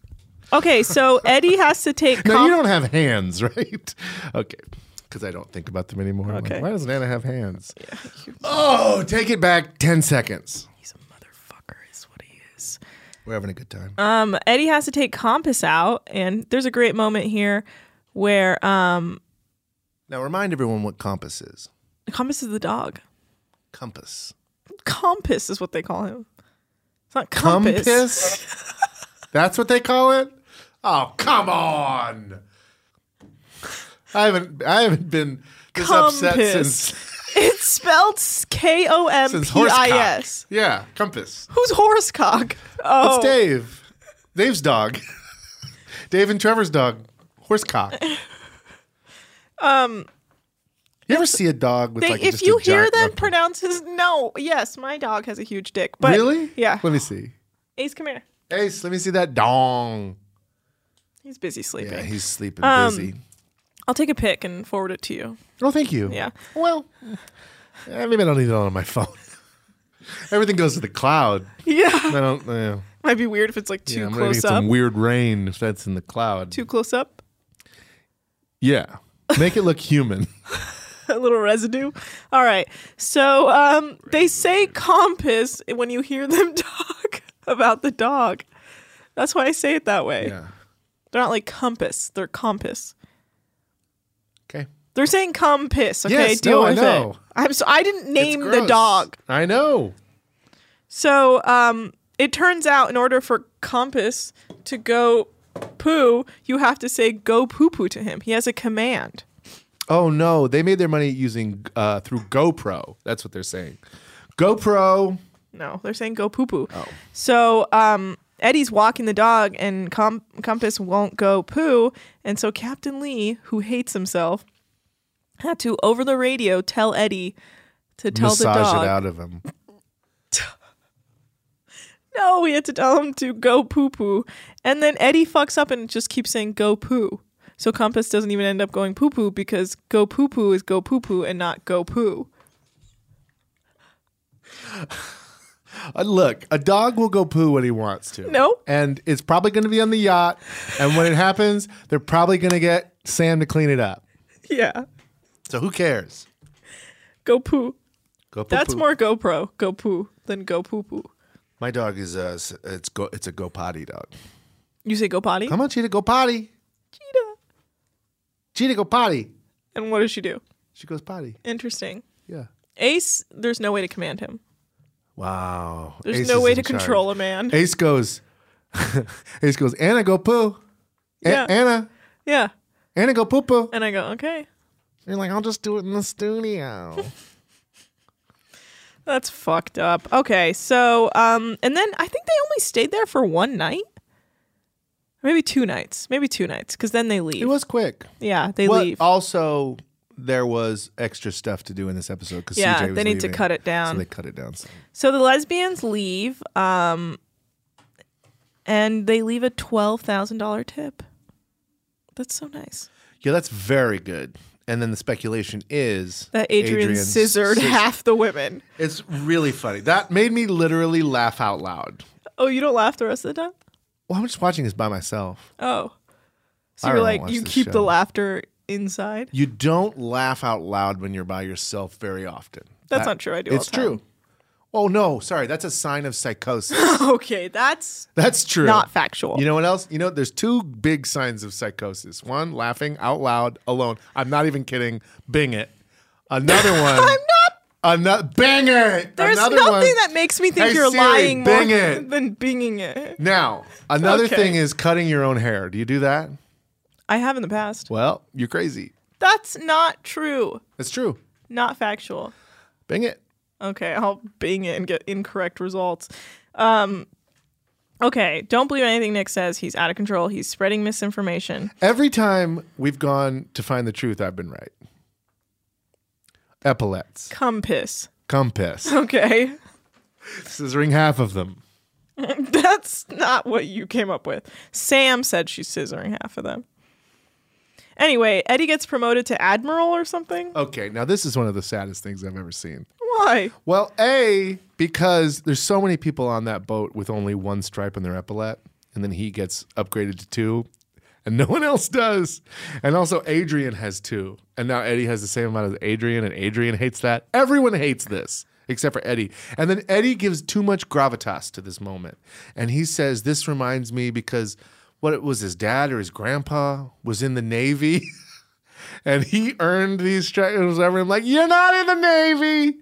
[SPEAKER 3] okay, so Eddie has to take.
[SPEAKER 4] No,
[SPEAKER 3] com-
[SPEAKER 4] you don't have hands, right? Okay. Because I don't think about them anymore. I'm like,
[SPEAKER 3] Okay.
[SPEAKER 4] Why doesn't Anna have hands? oh, take it back 10 seconds. He's a motherfucker, is what he
[SPEAKER 3] is.
[SPEAKER 4] We're having a good time.
[SPEAKER 3] Um, Eddie has to take Compass out, and there's a great moment here where um,
[SPEAKER 4] Now, remind everyone what Compass is.
[SPEAKER 3] Compass is the dog.
[SPEAKER 4] Compass.
[SPEAKER 3] Compass is what they call him. It's not compass.
[SPEAKER 4] Compass? That's what they call it? Oh, come on. I haven't I haven't been this upset
[SPEAKER 3] Compass.
[SPEAKER 4] since
[SPEAKER 3] It's spelled K O M
[SPEAKER 4] since
[SPEAKER 3] P I S.
[SPEAKER 4] horsecock. Yeah, compass.
[SPEAKER 3] Who's horsecock? Oh,
[SPEAKER 4] It's Dave. Dave's dog. Dave and Trevor's dog. Horsecock.
[SPEAKER 3] Um,
[SPEAKER 4] You ever see a dog with
[SPEAKER 3] they,
[SPEAKER 4] like
[SPEAKER 3] if
[SPEAKER 4] just
[SPEAKER 3] you
[SPEAKER 4] a
[SPEAKER 3] hear
[SPEAKER 4] giant
[SPEAKER 3] them
[SPEAKER 4] rump-
[SPEAKER 3] pronounce his no, yes, my dog has a huge dick. But
[SPEAKER 4] really?
[SPEAKER 3] Yeah.
[SPEAKER 4] Let me see.
[SPEAKER 3] Ace, come here.
[SPEAKER 4] Ace, let me see that dong.
[SPEAKER 3] He's busy sleeping.
[SPEAKER 4] Yeah, he's sleeping
[SPEAKER 3] Um,
[SPEAKER 4] busy.
[SPEAKER 3] I'll take a pic and forward it to you.
[SPEAKER 4] Oh, thank you.
[SPEAKER 3] Yeah.
[SPEAKER 4] Well, Eh, maybe I don't need it on my phone. Everything goes to the cloud.
[SPEAKER 3] yeah.
[SPEAKER 4] I don't. eh, Yeah.
[SPEAKER 3] Might be weird if it's like too
[SPEAKER 4] yeah, I'm gonna
[SPEAKER 3] close
[SPEAKER 4] get
[SPEAKER 3] up.
[SPEAKER 4] some weird rain if that's in the cloud.
[SPEAKER 3] too close up.
[SPEAKER 4] yeah. Make it look human.
[SPEAKER 3] a little residue. All right. So um, they say compass when you hear them talk about the dog. That's why I say it that way.
[SPEAKER 4] Yeah.
[SPEAKER 3] They're not like compass. They're compass.
[SPEAKER 4] Okay.
[SPEAKER 3] They're saying compass. Okay.
[SPEAKER 4] Yes,
[SPEAKER 3] Deal
[SPEAKER 4] no, I
[SPEAKER 3] with
[SPEAKER 4] know.
[SPEAKER 3] it. I'm so I didn't name the
[SPEAKER 4] gross.
[SPEAKER 3] dog.
[SPEAKER 4] I know.
[SPEAKER 3] So um, it turns out in order for compass to go poo, you have to say go poo poo to him. He has a command.
[SPEAKER 4] Oh no, they made their money using uh, through GoPro. That's what they're saying. GoPro.
[SPEAKER 3] No, they're saying go poo poo. Oh. So um, Eddie's walking the dog, and Com- Compass won't go poo. And so Captain Lee, who hates himself, had to over the radio tell Eddie to tell
[SPEAKER 4] Massage
[SPEAKER 3] the dog.
[SPEAKER 4] it out of him.
[SPEAKER 3] No, we had to tell him to go poo poo. And then Eddie fucks up and just keeps saying go poo. So Compass doesn't even end up going poo poo because go poo poo is go poo poo and not go poo.
[SPEAKER 4] Uh, look, a dog will go poo when he wants to.
[SPEAKER 3] No.
[SPEAKER 4] And it's probably going to be on the yacht. And when it happens, they're probably going to get Sam to clean it up.
[SPEAKER 3] Yeah.
[SPEAKER 4] So who cares?
[SPEAKER 3] Go poo.
[SPEAKER 4] Go poo.
[SPEAKER 3] That's more GoPro, go poo, than go poo poo.
[SPEAKER 4] My dog is a it's go it's a go potty dog.
[SPEAKER 3] You say go potty?
[SPEAKER 4] Come on, Cheetah, go potty. Cheetah. Cheetah, go potty.
[SPEAKER 3] And what does she do?
[SPEAKER 4] She goes potty.
[SPEAKER 3] Interesting.
[SPEAKER 4] Yeah.
[SPEAKER 3] Ace, there's no way to command him.
[SPEAKER 4] Wow.
[SPEAKER 3] There's
[SPEAKER 4] Ace
[SPEAKER 3] no
[SPEAKER 4] is
[SPEAKER 3] way
[SPEAKER 4] in
[SPEAKER 3] to
[SPEAKER 4] charge.
[SPEAKER 3] control a man.
[SPEAKER 4] Ace goes. Ace goes. Anna, go poo. A-
[SPEAKER 3] Yeah.
[SPEAKER 4] Anna,
[SPEAKER 3] Yeah.
[SPEAKER 4] Anna, go poo poo.
[SPEAKER 3] And I go, okay,
[SPEAKER 4] You're like, I'll just do it in the studio.
[SPEAKER 3] that's fucked up. Okay, so um, and then I think they only stayed there for one night, maybe two nights, maybe two nights, because then they leave.
[SPEAKER 4] It was quick.
[SPEAKER 3] Yeah, they
[SPEAKER 4] Well,
[SPEAKER 3] leave.
[SPEAKER 4] Also, there was extra stuff to do in this episode because
[SPEAKER 3] Yeah,
[SPEAKER 4] CJ was
[SPEAKER 3] they need to
[SPEAKER 4] leaving.
[SPEAKER 3] cut it down.
[SPEAKER 4] So they cut it down. some.
[SPEAKER 3] So the lesbians leave, um, and they leave a twelve thousand dollar tip. That's so nice.
[SPEAKER 4] Yeah, that's very good. And then the speculation is
[SPEAKER 3] That Adrian, scissored
[SPEAKER 4] sis-
[SPEAKER 3] half the women.
[SPEAKER 4] It's really funny. That made me literally laugh out loud.
[SPEAKER 3] Oh, you don't laugh the rest of the time?
[SPEAKER 4] Well, I'm just watching this by myself.
[SPEAKER 3] Oh. So
[SPEAKER 4] I
[SPEAKER 3] you're
[SPEAKER 4] don't
[SPEAKER 3] like,
[SPEAKER 4] watch
[SPEAKER 3] you
[SPEAKER 4] this
[SPEAKER 3] keep the
[SPEAKER 4] show.
[SPEAKER 3] laughter inside?
[SPEAKER 4] You don't laugh out loud when you're by yourself very often.
[SPEAKER 3] That's not true. I do all
[SPEAKER 4] It's
[SPEAKER 3] the time.
[SPEAKER 4] true. Oh no, sorry. That's a sign of psychosis.
[SPEAKER 3] okay, that's
[SPEAKER 4] That's true.
[SPEAKER 3] Not factual.
[SPEAKER 4] You know what else? You know, there's two big signs of psychosis. One, laughing out loud alone. I'm not even kidding. Bing it. Another one. I'm not. Another bang it.
[SPEAKER 3] There's
[SPEAKER 4] another
[SPEAKER 3] nothing
[SPEAKER 4] one.
[SPEAKER 3] that makes me think
[SPEAKER 4] Hey,
[SPEAKER 3] you're
[SPEAKER 4] Siri,
[SPEAKER 3] lying more
[SPEAKER 4] bing it.
[SPEAKER 3] than binging it.
[SPEAKER 4] Now, another
[SPEAKER 3] Okay.
[SPEAKER 4] thing is cutting your own hair. Do you do that?
[SPEAKER 3] I have in the past.
[SPEAKER 4] Well, you're crazy.
[SPEAKER 3] That's not true.
[SPEAKER 4] It's true.
[SPEAKER 3] Not factual.
[SPEAKER 4] Bing it.
[SPEAKER 3] Okay, I'll bing it and get incorrect results. Um, okay, don't believe anything Nick says. He's out of control. He's spreading misinformation.
[SPEAKER 4] Every time we've gone to find the truth, I've been right. Epaulets.
[SPEAKER 3] Come piss.
[SPEAKER 4] Come piss.
[SPEAKER 3] Okay,
[SPEAKER 4] Scissoring half of them.
[SPEAKER 3] that's not what you came up with. Sam said she's scissoring half of them. Anyway, Eddie gets promoted to admiral or something.
[SPEAKER 4] Okay, now this is one of the saddest things I've ever seen.
[SPEAKER 3] Why?
[SPEAKER 4] Well, A, because there's so many people on that boat with only one stripe on their epaulet, and then he gets upgraded to two, and no one else does. And also, Adrian has two, and now Eddie has the same amount as Adrian, and Adrian hates that. Everyone hates this. Except for Eddie. And then Eddie gives too much gravitas to this moment. And he says, This reminds me because what it was his dad or his grandpa was in the Navy. and he earned these stripes. Whatever. I'm like, you're not in the navy.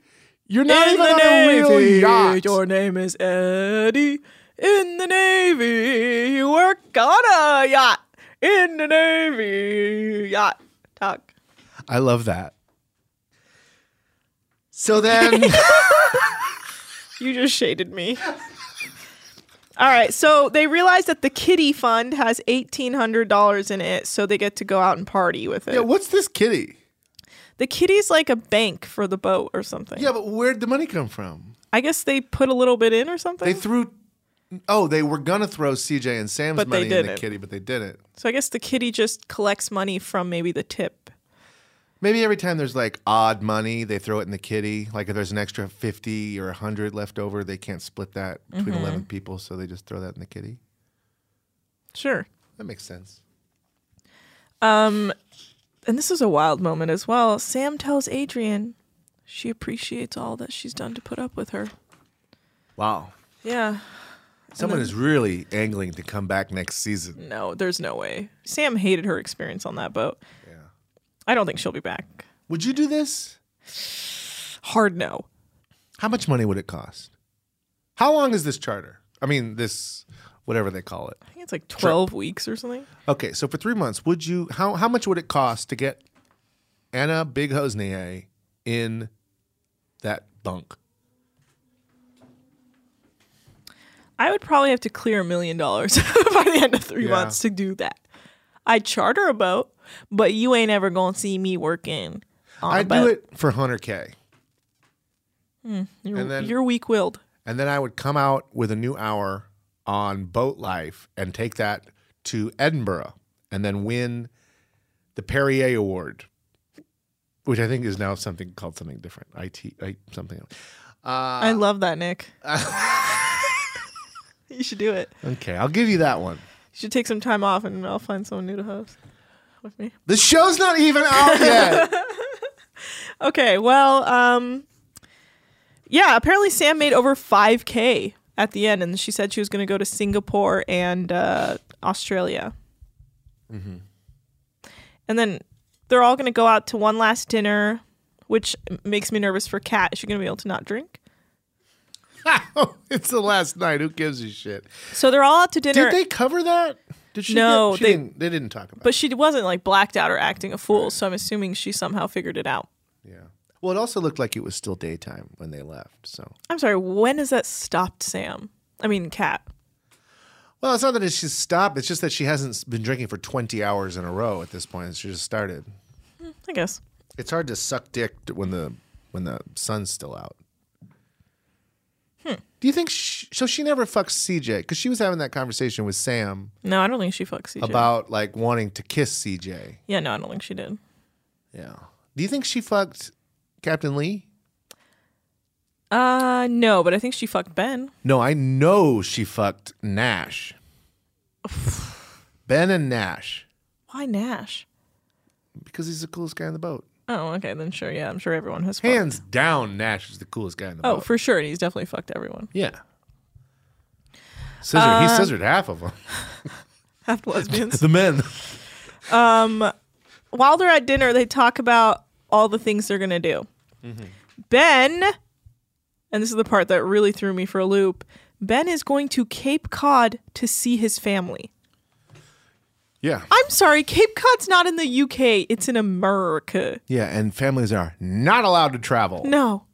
[SPEAKER 4] You're not
[SPEAKER 3] in
[SPEAKER 4] even
[SPEAKER 3] the
[SPEAKER 4] on
[SPEAKER 3] Navy,
[SPEAKER 4] a real yacht.
[SPEAKER 3] Your name is Eddie. In the Navy, you work on a yacht. In the Navy, yacht talk.
[SPEAKER 4] I love that. So then,
[SPEAKER 3] You just shaded me. All right, so they realize that the kitty fund has eighteen hundred dollars in it, so they get to go out and party with it.
[SPEAKER 4] yeah, what's this kitty?
[SPEAKER 3] The kitty's like a bank for the boat or something.
[SPEAKER 4] Yeah, but where'd the money come from?
[SPEAKER 3] I guess they put a little bit in or something.
[SPEAKER 4] They threw. Oh, they were gonna throw CJ and Sam's
[SPEAKER 3] But they
[SPEAKER 4] money in the
[SPEAKER 3] didn't.
[SPEAKER 4] kitty, but they didn't.
[SPEAKER 3] so I guess the kitty just collects money from maybe the tip.
[SPEAKER 4] Maybe every time there's like odd money, they throw it in the kitty. Like if there's an extra fifty or hundred left over, they can't split that between
[SPEAKER 3] Mhm.
[SPEAKER 4] eleven people, so they just throw that in the kitty.
[SPEAKER 3] Sure.
[SPEAKER 4] That makes sense.
[SPEAKER 3] Um, and this is a wild moment as well. Sam tells Adrian she appreciates all that she's done to put up with her.
[SPEAKER 4] Wow.
[SPEAKER 3] Yeah. And
[SPEAKER 4] Someone
[SPEAKER 3] then-
[SPEAKER 4] is really angling to come back next season.
[SPEAKER 3] No, there's no way. Sam hated her experience on that boat. Yeah. I don't think she'll be back.
[SPEAKER 4] Would you do this?
[SPEAKER 3] Hard no.
[SPEAKER 4] How much money would it cost? How long is this charter? I mean, this whatever they call it.
[SPEAKER 3] I think it's like 12 weeks or something.
[SPEAKER 4] Okay, so for three months, would you? How how much would it cost to get Anna Big Hosnier in that bunk?
[SPEAKER 3] I would probably have to clear a million dollars by the end of three
[SPEAKER 4] Yeah.
[SPEAKER 3] months to do that. I'd charter a boat, but you ain't ever going to see me working on a
[SPEAKER 4] I'd
[SPEAKER 3] boat.
[SPEAKER 4] do it for hundred k,
[SPEAKER 3] Hmm, you're,
[SPEAKER 4] And then-
[SPEAKER 3] you're weak-willed.
[SPEAKER 4] and then I would come out with a new hour on boat life and take that to Edinburgh, and then win the Perrier Award, which I think is now something called something different. It I, something. else. Uh,
[SPEAKER 3] I love that, Nick. you should do it.
[SPEAKER 4] Okay, I'll give you that one.
[SPEAKER 3] You should take some time off and I'll find someone new to host with me.
[SPEAKER 4] The show's not even out yet.
[SPEAKER 3] Okay, well, um yeah, apparently Sam made over 5k at the end and she said she was going to go to Singapore and uh Australia.
[SPEAKER 4] Mhm.
[SPEAKER 3] And then they're all going to go out to one last dinner, which m- makes me nervous for Kat. Is she going to be able to not drink?
[SPEAKER 4] it's the last night. Who gives a shit?
[SPEAKER 3] So they're all out to dinner.
[SPEAKER 4] Did they cover that? Did she
[SPEAKER 3] No,
[SPEAKER 4] get- she
[SPEAKER 3] they-
[SPEAKER 4] didn't, they didn't talk about.
[SPEAKER 3] But she wasn't like blacked out or acting a fool, so I'm assuming she somehow figured it out.
[SPEAKER 4] it. Well, it also looked like it was still daytime when they left. So,
[SPEAKER 3] I'm sorry, when has that stopped Sam? I mean, Kat.
[SPEAKER 4] well, it's not that she's stopped. It's just that she hasn't been drinking for twenty hours in a row at this point. She just started.
[SPEAKER 3] I guess.
[SPEAKER 4] It's hard to suck dick when the when the sun's still out.
[SPEAKER 3] Hmm.
[SPEAKER 4] Do you think sh so? She never fucks CJ because she was having that conversation with Sam
[SPEAKER 3] No, I don't think she fucks CJ.
[SPEAKER 4] about like wanting to kiss CJ.
[SPEAKER 3] Yeah, no, I don't think she did.
[SPEAKER 4] Yeah. Do you think she fucked Captain Lee?
[SPEAKER 3] Uh, no, but I think she fucked Ben.
[SPEAKER 4] No, I know she fucked Nash. ben and Nash
[SPEAKER 3] Why Nash?
[SPEAKER 4] because he's the coolest guy in the boat.
[SPEAKER 3] Oh, okay, then sure. Yeah, I'm sure everyone has. Fucked.
[SPEAKER 4] Hands down, Nash is the coolest guy in the
[SPEAKER 3] Oh,
[SPEAKER 4] boat.
[SPEAKER 3] for sure. He's definitely fucked everyone.
[SPEAKER 4] Yeah. Scissor, he
[SPEAKER 3] Uh,
[SPEAKER 4] scissored half of them.
[SPEAKER 3] Half lesbians.
[SPEAKER 4] the men.
[SPEAKER 3] um, while they're at dinner, they talk about all the things they're gonna do.
[SPEAKER 4] Mm-hmm.
[SPEAKER 3] Ben, and this is the part that really threw me for a loop. Ben is going to Cape Cod to see his family.
[SPEAKER 4] Yeah.
[SPEAKER 3] I'm sorry, Cape Cod's not in the UK. It's in America.
[SPEAKER 4] Yeah, and families are not allowed to travel.
[SPEAKER 3] No,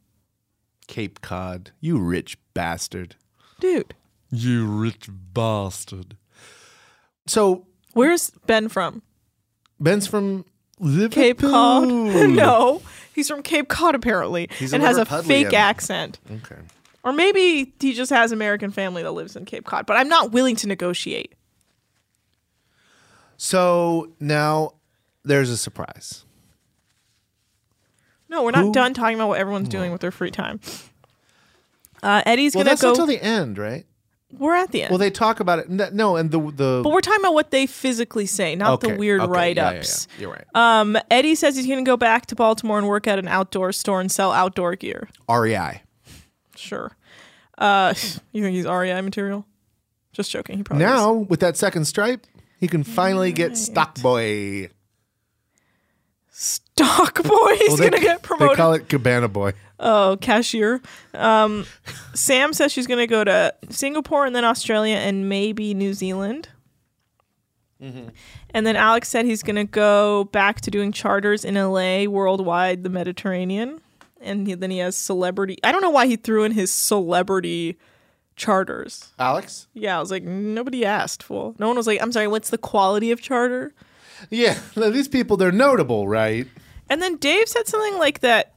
[SPEAKER 4] Cape Cod, you rich bastard.
[SPEAKER 3] dude.
[SPEAKER 4] You rich bastard. So
[SPEAKER 3] where's Ben from?
[SPEAKER 4] Ben's from Liverpool.
[SPEAKER 3] Cape Cod. no, he's from Cape Cod apparently,
[SPEAKER 4] He's a
[SPEAKER 3] and has a
[SPEAKER 4] Liverpudlian.
[SPEAKER 3] fake accent.
[SPEAKER 4] Okay.
[SPEAKER 3] Or maybe he just has American family that lives in Cape Cod. But I'm not willing to negotiate.
[SPEAKER 4] So now there's a surprise.
[SPEAKER 3] No, we're not
[SPEAKER 4] Who- Hmm.
[SPEAKER 3] done talking about what everyone's doing with their free time. Uh, Eddie's
[SPEAKER 4] well,
[SPEAKER 3] gonna
[SPEAKER 4] that's
[SPEAKER 3] go.
[SPEAKER 4] until the end, right?
[SPEAKER 3] we're at the end.
[SPEAKER 4] Well, they talk about it. N- No, and the the.
[SPEAKER 3] but we're talking about what they physically say, not
[SPEAKER 4] Okay,
[SPEAKER 3] the weird
[SPEAKER 4] okay, yeah, yeah, yeah.
[SPEAKER 3] write-ups.
[SPEAKER 4] You're right.
[SPEAKER 3] Um, Eddie says he's going to go back to Baltimore and work at an outdoor store and sell outdoor gear.
[SPEAKER 4] REI.
[SPEAKER 3] Sure. Uh, you think he's REI material? Just joking. He probably
[SPEAKER 4] Now with that second stripe, he can finally get stock boy.
[SPEAKER 3] Stock boy. He's
[SPEAKER 4] Well, they-
[SPEAKER 3] going to get
[SPEAKER 4] They
[SPEAKER 3] promoted.
[SPEAKER 4] call it Cabana boy.
[SPEAKER 3] oh, cashier. Um, Sam says she's going to go to Singapore and then Australia and maybe New Zealand. And then Alex said he's going to go back to doing charters in LA, worldwide, the Mediterranean. And he, then he has celebrity. I don't know why he threw in his celebrity charters.
[SPEAKER 4] Alex.
[SPEAKER 3] Yeah, I was like, nobody asked, fool. No one was like, I'm sorry, what's the quality of charter?
[SPEAKER 4] Yeah, now these people they're notable, right?
[SPEAKER 3] And then Dave said something like that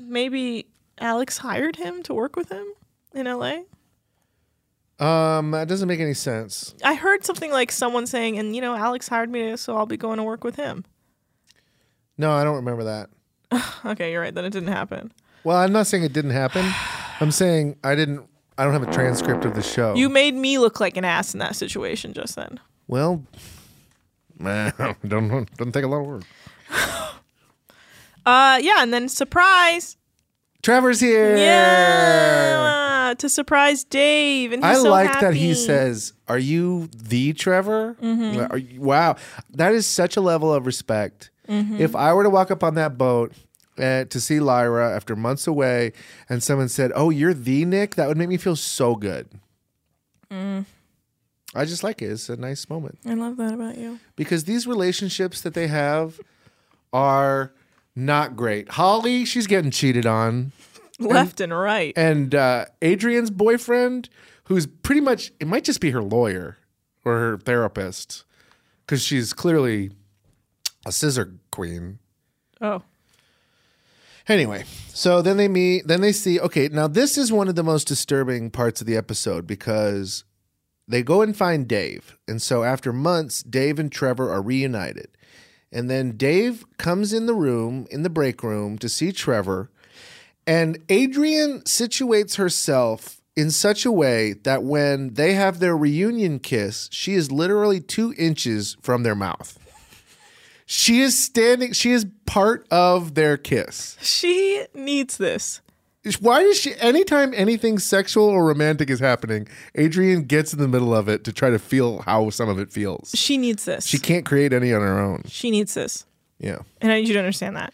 [SPEAKER 3] maybe Alex hired him to work with him in LA.
[SPEAKER 4] Um, that doesn't make any sense.
[SPEAKER 3] I heard something like someone saying, and you know, Alex hired me, so I'll be going to work with him.
[SPEAKER 4] No, I don't remember that.
[SPEAKER 3] Okay, you're right. Then it didn't happen.
[SPEAKER 4] Well, I'm not saying it didn't happen. I'm saying I didn't. I don't have a transcript of the show.
[SPEAKER 3] You made me look like an ass in that situation just then.
[SPEAKER 4] well, meh, don't don't take a lot of work.
[SPEAKER 3] Uh, yeah, and then surprise.
[SPEAKER 4] Trevor's here.
[SPEAKER 3] Yeah, to surprise Dave, and he's
[SPEAKER 4] I
[SPEAKER 3] so
[SPEAKER 4] like that he
[SPEAKER 3] happy.
[SPEAKER 4] says, "Are you the Trevor?"
[SPEAKER 3] Mhm.
[SPEAKER 4] Are you- wow, that is such a level of respect.
[SPEAKER 3] Mhm.
[SPEAKER 4] If I were to walk up on that boat uh, to see Lyra after months away, and someone said, "Oh, you're the Nick," that would make me feel so good.
[SPEAKER 3] Mm,
[SPEAKER 4] I just like it. It's a nice moment
[SPEAKER 3] I love that about you.
[SPEAKER 4] because these relationships that they have are not great. Holly, she's getting cheated on.
[SPEAKER 3] Left and right.
[SPEAKER 4] and uh, Adrian's boyfriend, who's pretty much it might just be her lawyer or her therapist, because she's clearly a scissor queen.
[SPEAKER 3] Oh.
[SPEAKER 4] Anyway, so then they meet, then they see. Okay, now this is one of the most disturbing parts of the episode because they go and find Dave, and so after months, Dave and Trevor are reunited, and then Dave comes in the room in the break room to see Trevor. And Adrian situates herself in such a way that when they have their reunion kiss, she is literally two inches from their mouth. She is standing, she is part of their kiss.
[SPEAKER 3] She needs this.
[SPEAKER 4] Why does she, anytime anything sexual or romantic is happening, Adrian gets in the middle of it to try to feel how some of it feels?
[SPEAKER 3] She needs this.
[SPEAKER 4] She can't create any on her own.
[SPEAKER 3] She needs this.
[SPEAKER 4] Yeah,
[SPEAKER 3] And I need you to understand that.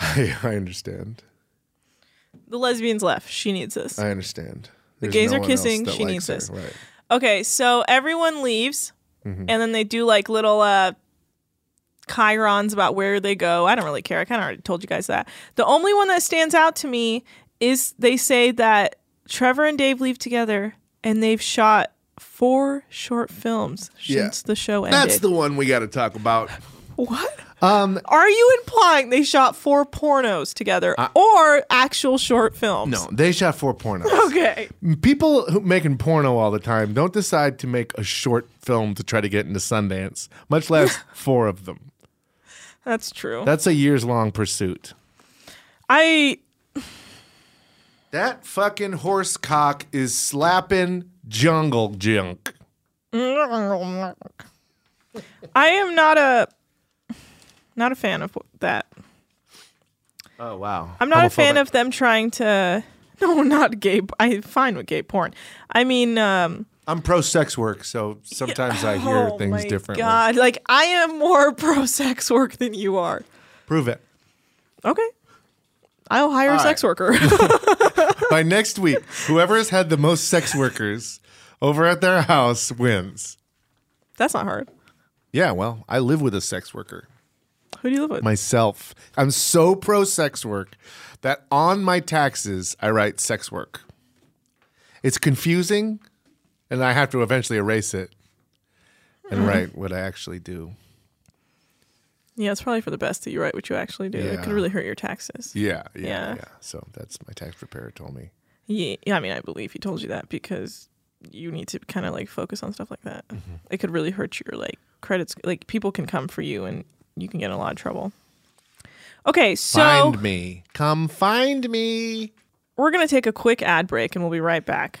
[SPEAKER 4] I, I understand.
[SPEAKER 3] The lesbians left. She needs this.
[SPEAKER 4] I understand.
[SPEAKER 3] The
[SPEAKER 4] There's
[SPEAKER 3] gays
[SPEAKER 4] no
[SPEAKER 3] are
[SPEAKER 4] one else
[SPEAKER 3] kissing.
[SPEAKER 4] that
[SPEAKER 3] She
[SPEAKER 4] likes
[SPEAKER 3] needs
[SPEAKER 4] her,
[SPEAKER 3] this.
[SPEAKER 4] Right.
[SPEAKER 3] Okay, so everyone leaves,
[SPEAKER 4] Mhm.
[SPEAKER 3] and then they do like little uh chirons about where they go. I don't really care. I kind of already told you guys that. The only one that stands out to me is they say that Trevor and Dave leave together, and they've shot four short films
[SPEAKER 4] Yeah.
[SPEAKER 3] since the show ended.
[SPEAKER 4] That's the one we got to talk about.
[SPEAKER 3] what?
[SPEAKER 4] Um,
[SPEAKER 3] Are you implying they shot four pornos together or actual short films?
[SPEAKER 4] no, they shot four pornos.
[SPEAKER 3] Okay.
[SPEAKER 4] People who making porno all the time don't decide to make a short film to try to get into Sundance, much less four of them.
[SPEAKER 3] That's true.
[SPEAKER 4] That's a years long pursuit.
[SPEAKER 3] I
[SPEAKER 4] That fucking horse cock is slapping jungle junk.
[SPEAKER 3] I am not a not a fan of that.
[SPEAKER 4] Oh wow.
[SPEAKER 3] I'm not a fan
[SPEAKER 4] Homophobic.
[SPEAKER 3] of them trying to no, not gay. I'm fine with gay porn. I mean, um,
[SPEAKER 4] I'm pro sex work, so sometimes I hear
[SPEAKER 3] oh
[SPEAKER 4] things
[SPEAKER 3] my
[SPEAKER 4] differently.
[SPEAKER 3] God, like I am more pro sex work than you are.
[SPEAKER 4] Prove it.
[SPEAKER 3] Okay, I'll hire
[SPEAKER 4] All
[SPEAKER 3] a
[SPEAKER 4] right.
[SPEAKER 3] sex worker.
[SPEAKER 4] By next week, whoever has had the most sex workers over at their house wins.
[SPEAKER 3] That's not hard.
[SPEAKER 4] Yeah, well, I live with a sex worker
[SPEAKER 3] Who do you live with?
[SPEAKER 4] myself. I'm so pro sex work that on my taxes, I write sex work. It's confusing, and I have to eventually erase it
[SPEAKER 3] Mm-hmm.
[SPEAKER 4] and write what I actually do.
[SPEAKER 3] yeah, it's probably for the best that you write what you actually do. It
[SPEAKER 4] Yeah.
[SPEAKER 3] could really hurt your taxes.
[SPEAKER 4] Yeah, yeah, yeah.
[SPEAKER 3] Yeah.
[SPEAKER 4] So that's my tax preparer told me.
[SPEAKER 3] Yeah, yeah, I mean, I believe he told you that because you need to kind of like focus on stuff like that.
[SPEAKER 4] Mm-hmm.
[SPEAKER 3] It could really hurt your like credits. Like people can come for you, and you can get in a lot of trouble. Okay, so
[SPEAKER 4] Find me. Come find me.
[SPEAKER 3] We're gonna take a quick ad break, and we'll be right back.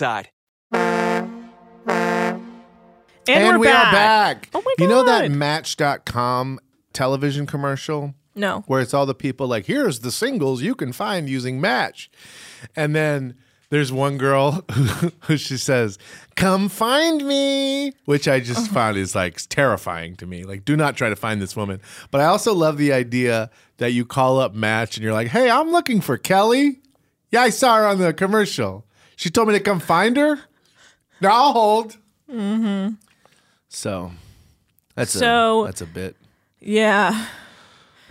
[SPEAKER 3] And, we're
[SPEAKER 4] we
[SPEAKER 3] back.
[SPEAKER 4] are back.
[SPEAKER 3] Oh my
[SPEAKER 4] You know that
[SPEAKER 3] God.
[SPEAKER 4] Match.com television commercial?
[SPEAKER 3] No.
[SPEAKER 4] Where it's all the people like, here's the singles you can find using Match. And then there's one girl who, who she says, come find me, which I
[SPEAKER 3] Uh-huh.
[SPEAKER 4] just found is like terrifying to me. Like, do not try to find this woman. But I also love the idea that you call up Match and you're like, hey, I'm looking for Kelly. Yeah, I saw her on the commercial. She told me to come find her. Now I'll hold.
[SPEAKER 3] Mm-hmm.
[SPEAKER 4] So that's
[SPEAKER 3] So-
[SPEAKER 4] a, that's a bit.
[SPEAKER 3] Yeah.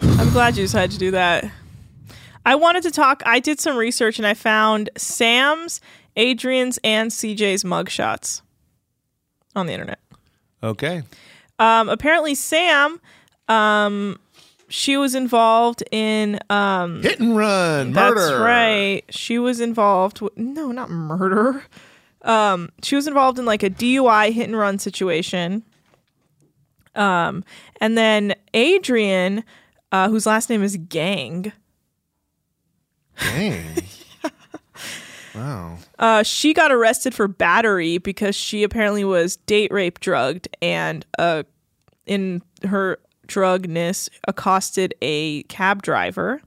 [SPEAKER 3] I'm glad you decided to do that. I wanted to talk. I did some research and I found Sam's, Adrian's, and CJ's mugshots on the internet.
[SPEAKER 4] Okay.
[SPEAKER 3] Um, apparently, Sam, um, she was involved in um,
[SPEAKER 4] hit and run
[SPEAKER 3] That's
[SPEAKER 4] murder.
[SPEAKER 3] right. She was involved. With, no, not murder. Um, she was involved in like a DUI hit and run situation. Um, and then Adrian, uh, whose last name is Gang,
[SPEAKER 4] Dang. wow.
[SPEAKER 3] uh, she got arrested for battery because she apparently was date rape drugged and uh, in her drugness accosted a cab driver.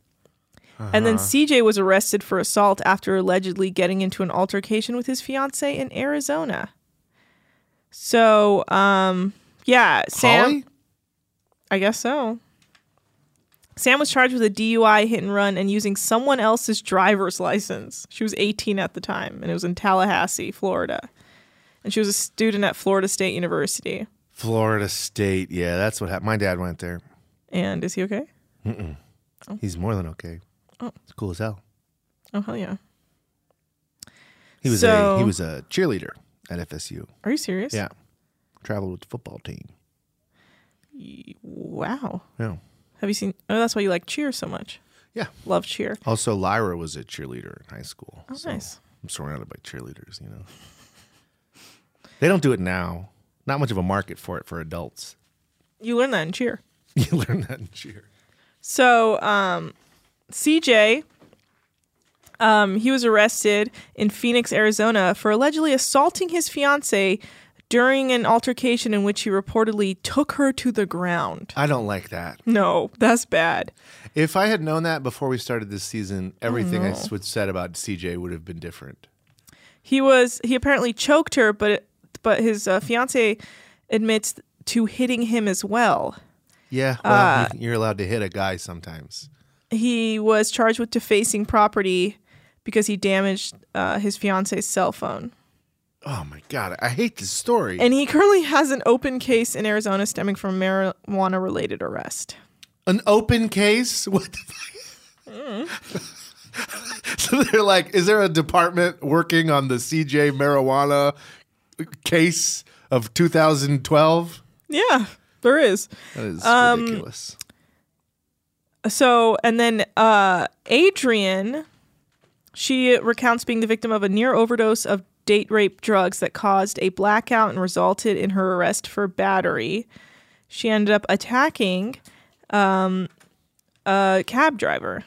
[SPEAKER 3] And then CJ was arrested for assault after allegedly getting into an altercation with his fiance in Arizona. So, um, yeah, Sam.
[SPEAKER 4] Holly?
[SPEAKER 3] I guess so. Sam was charged with a DUI hit and run and using someone else's driver's license. She was 18 at the time, and it was in Tallahassee, Florida. And she was a student at Florida State University.
[SPEAKER 4] Florida State. Yeah, that's what happened. My dad went there.
[SPEAKER 3] And is he okay?
[SPEAKER 4] Mm-mm.
[SPEAKER 3] Oh.
[SPEAKER 4] He's more than okay.
[SPEAKER 3] Oh.
[SPEAKER 4] It's cool as hell.
[SPEAKER 3] Oh, hell yeah.
[SPEAKER 4] He was
[SPEAKER 3] So-
[SPEAKER 4] a he was a cheerleader at FSU.
[SPEAKER 3] Are you serious?
[SPEAKER 4] Yeah, traveled with the football team.
[SPEAKER 3] Wow.
[SPEAKER 4] Yeah.
[SPEAKER 3] Have you seen? Oh, that's why you like cheer so much.
[SPEAKER 4] Yeah.
[SPEAKER 3] Love cheer.
[SPEAKER 4] Also, Lyra was a cheerleader in high school.
[SPEAKER 3] Oh, nice.
[SPEAKER 4] I'm surrounded by cheerleaders. You know, they don't do it now. Not much of a market for it for adults.
[SPEAKER 3] You learn that in cheer.
[SPEAKER 4] You learn that in cheer.
[SPEAKER 3] So, um, CJ, um, he was arrested in Phoenix, Arizona, for allegedly assaulting his fiance during an altercation in which he reportedly took her to the ground.
[SPEAKER 4] I don't like that.
[SPEAKER 3] No, that's bad.
[SPEAKER 4] If I had known that before we started this season, everything I
[SPEAKER 3] no.
[SPEAKER 4] would said about CJ would have been different.
[SPEAKER 3] He was he apparently choked her, but but his uh, fiance admits to hitting him as well.
[SPEAKER 4] Yeah, well,
[SPEAKER 3] Uh,
[SPEAKER 4] you- you're allowed to hit a guy sometimes.
[SPEAKER 3] he was charged with defacing property because he damaged uh, his fiance's cell phone.
[SPEAKER 4] Oh my god, I hate this story.
[SPEAKER 3] And he currently has an open case in Arizona stemming from marijuana related arrest.
[SPEAKER 4] An open case? What the
[SPEAKER 3] Mm.
[SPEAKER 4] so they're like, is there a department working on the CJ marijuana case of 2012?
[SPEAKER 3] Yeah, there is.
[SPEAKER 4] That is
[SPEAKER 3] Um,
[SPEAKER 4] ridiculous.
[SPEAKER 3] So, and then uh, Adrian, she recounts being the victim of a near overdose of date rape drugs that caused a blackout and resulted in her arrest for battery. She ended up attacking um, a cab driver.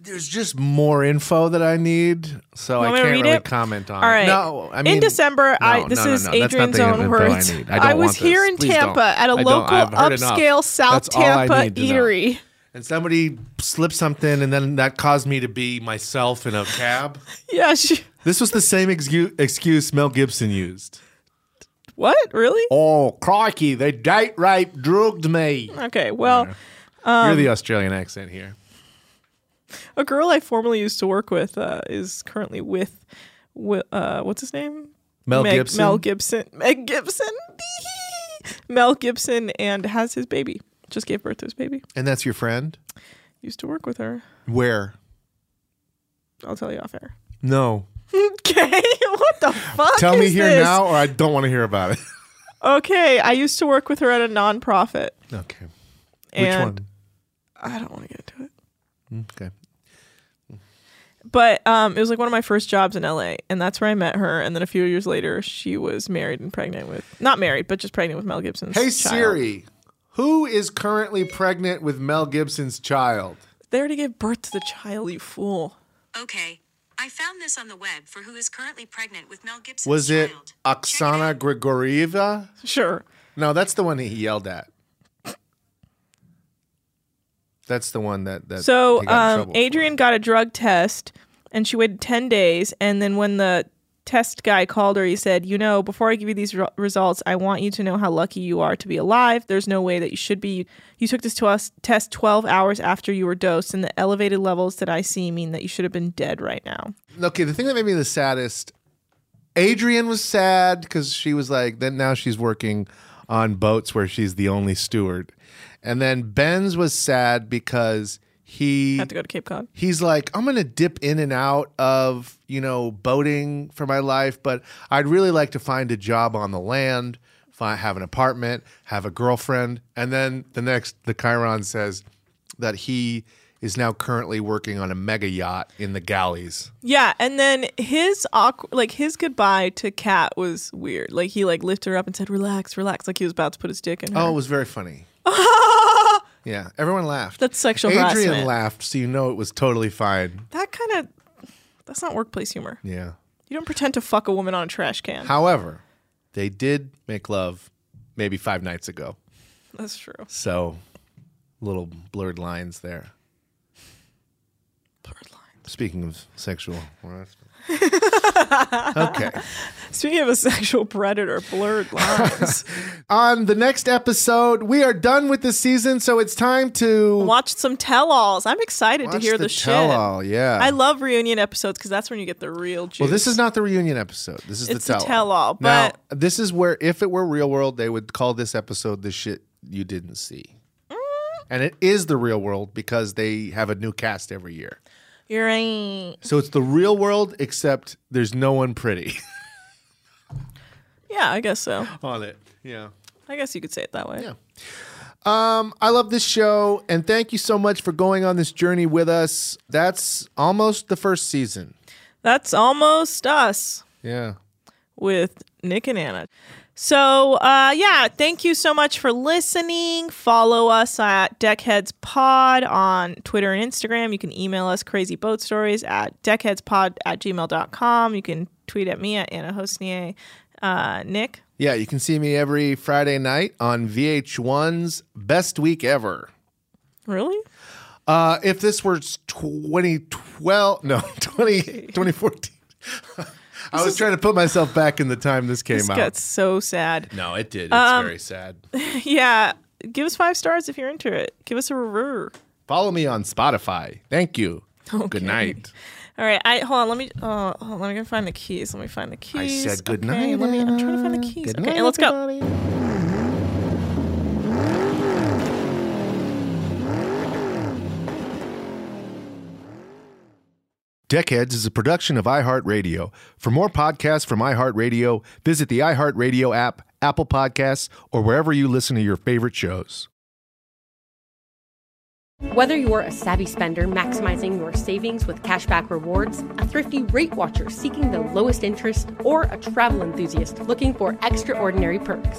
[SPEAKER 4] There's just more info that I need, so Oh, I
[SPEAKER 3] Want me to
[SPEAKER 4] can't
[SPEAKER 3] read
[SPEAKER 4] really
[SPEAKER 3] it?
[SPEAKER 4] comment on
[SPEAKER 3] All right.
[SPEAKER 4] it. No, I mean
[SPEAKER 3] in December, I
[SPEAKER 4] no,
[SPEAKER 3] this
[SPEAKER 4] no, no,
[SPEAKER 3] is
[SPEAKER 4] that's not
[SPEAKER 3] Adrian's
[SPEAKER 4] the kind of
[SPEAKER 3] own
[SPEAKER 4] info I
[SPEAKER 3] words.
[SPEAKER 4] need. I don't
[SPEAKER 3] was
[SPEAKER 4] want
[SPEAKER 3] here
[SPEAKER 4] this.
[SPEAKER 3] in
[SPEAKER 4] Please
[SPEAKER 3] Tampa
[SPEAKER 4] don't.
[SPEAKER 3] at a
[SPEAKER 4] I don't.
[SPEAKER 3] local
[SPEAKER 4] I've heard enough.
[SPEAKER 3] upscale South
[SPEAKER 4] That's all I
[SPEAKER 3] Tampa
[SPEAKER 4] need to know.
[SPEAKER 3] eatery.
[SPEAKER 4] and somebody slipped something, and then that caused me to be myself in a cab.
[SPEAKER 3] Yeah, she,
[SPEAKER 4] this was the same excuse, excuse Mel Gibson used.
[SPEAKER 3] What really?
[SPEAKER 4] Oh crikey! They date rape drugged me.
[SPEAKER 3] Okay, well,
[SPEAKER 4] You're
[SPEAKER 3] um,
[SPEAKER 4] the Australian accent here.
[SPEAKER 3] a girl I formerly used to work with uh, is currently with, wi- uh, what's his name?
[SPEAKER 4] Mel
[SPEAKER 3] Meg-
[SPEAKER 4] Gibson?
[SPEAKER 3] Mel Gibson. Meg Gibson. Mel Gibson and has his baby. Just gave birth to his baby.
[SPEAKER 4] And that's your friend.
[SPEAKER 3] Used to work with her.
[SPEAKER 4] Where?
[SPEAKER 3] I'll tell you off air.
[SPEAKER 4] No.
[SPEAKER 3] okay, what the fuck?
[SPEAKER 4] Tell me
[SPEAKER 3] is
[SPEAKER 4] here
[SPEAKER 3] this?
[SPEAKER 4] now, or I don't want to hear about it.
[SPEAKER 3] Okay, I used to work with her at a nonprofit.
[SPEAKER 4] Okay.
[SPEAKER 3] And I don't want to get into it.
[SPEAKER 4] Which one? Okay.
[SPEAKER 3] But um, it was like one of my first jobs in LA, and that's where I met her. And then a few years later, she was married and pregnant with not married, but just pregnant with Mel Gibson's.
[SPEAKER 4] Hey
[SPEAKER 3] child.
[SPEAKER 4] Siri, who is currently pregnant with Mel Gibson's child?
[SPEAKER 3] they already gave birth to the child, you fool.
[SPEAKER 5] Okay. I found this on the web for who is currently pregnant with Mel Gibson.
[SPEAKER 4] Was it Oksana Grigorieva?
[SPEAKER 3] Sure.
[SPEAKER 4] No, that's the one he yelled at. That's the one that that
[SPEAKER 3] so
[SPEAKER 4] he got in
[SPEAKER 3] um,
[SPEAKER 4] trouble.
[SPEAKER 3] Adrian got a drug test, and she waited ten days. And then when the test guy called her, he said, "You know, before I give you these re- results, I want you to know how lucky you are to be alive. There's no way that you should be. You, took this to us test 12 hours after you were dosed, and the elevated levels that I see mean that you should have been dead right now."
[SPEAKER 4] okay, the thing that made me the saddest, Adrian was sad because she was like, then now she's working on boats where she's the only steward. And then Ben's was sad because he
[SPEAKER 3] Had to go to Cape Cod.
[SPEAKER 4] He's like, I'm gonna dip in and out of, you know, boating for my life, but I'd really like to find a job on the land, find, have an apartment, have a girlfriend. And then the next the Chiron says that he is now currently working on a mega yacht in the galleys.
[SPEAKER 3] Yeah, and then his awkward, like his goodbye to Kat was weird. Like he like lifted her up and said, "Relax, relax," like he was about to put his dick in her.
[SPEAKER 4] Oh, it was very funny. yeah, everyone laughed.
[SPEAKER 3] That's sexual
[SPEAKER 4] Adrian
[SPEAKER 3] harassment.
[SPEAKER 4] laughed, so you know it was totally fine.
[SPEAKER 3] that kind of that's not workplace humor.
[SPEAKER 4] Yeah.
[SPEAKER 3] You don't pretend to fuck a woman on a trash can.
[SPEAKER 4] However, they did make love maybe five nights ago.
[SPEAKER 3] That's true.
[SPEAKER 4] So, little blurred lines there. Blurred lines. Speaking of sexual harassment. okay.
[SPEAKER 3] Speaking of a sexual predator, blurred lines.
[SPEAKER 4] On the next episode, we are done with the season, so it's time to
[SPEAKER 3] Watch some tell-alls. I'm excited to
[SPEAKER 4] Watch
[SPEAKER 3] hear the,
[SPEAKER 4] the
[SPEAKER 3] shit.
[SPEAKER 4] tell-all, yeah.
[SPEAKER 3] I love reunion episodes because that's when you get the real juice.
[SPEAKER 4] Well, this is not the reunion episode. This is
[SPEAKER 3] It's the
[SPEAKER 4] the tell
[SPEAKER 3] tell-all,
[SPEAKER 4] Now, this is where if it were real world, they would call this episode the shit you didn't see.
[SPEAKER 3] Mm.
[SPEAKER 4] And it is the real world because they have a new cast every year.
[SPEAKER 3] You're right.
[SPEAKER 4] So it's the real world except there's no one pretty
[SPEAKER 3] Yeah, I guess so.
[SPEAKER 4] on it. Yeah.
[SPEAKER 3] I guess you could say it that way. Yeah.
[SPEAKER 4] Um, I love this show and thank you so much for going on this journey with us. That's almost the first season.
[SPEAKER 3] That's almost us.
[SPEAKER 4] Yeah.
[SPEAKER 3] with Nick and Anna. So, uh, yeah, thank you so much for listening. Follow us at Deckheads Pod on Twitter and Instagram. You can email us crazy boat stories at deckheadspod at gmail.com. You can tweet at me at Anna Hosnier. Uh, Nick,
[SPEAKER 4] Yeah, you can see me every Friday night on VH1's Best Week Ever.
[SPEAKER 3] really?
[SPEAKER 4] Uh, if this were 2012, no, 20, 2014. I was trying to put myself back in the time this came
[SPEAKER 3] This
[SPEAKER 4] out.
[SPEAKER 3] got so sad.
[SPEAKER 4] no, it did. It's
[SPEAKER 3] Um,
[SPEAKER 4] very sad.
[SPEAKER 3] yeah, give us five stars if you're into it. Give us a review.
[SPEAKER 4] Follow me on Spotify. Thank you. Good night.
[SPEAKER 3] All right, I hold on. Let me. Oh, hold on, I'm gonna find the keys. Let me find the
[SPEAKER 4] I
[SPEAKER 3] keys.
[SPEAKER 4] said good
[SPEAKER 3] okay,
[SPEAKER 4] night. uh,
[SPEAKER 3] Let me. I'm trying to find the keys. okay, and let's go.
[SPEAKER 4] Deckheads is a production of iHeartRadio. For more podcasts from iHeartRadio, visit the iHeartRadio app, Apple Podcasts, or wherever you listen to your favorite shows.
[SPEAKER 6] Whether you're a savvy spender maximizing your savings with cashback rewards, a thrifty rate watcher seeking the lowest interest, or a travel enthusiast looking for extraordinary perks,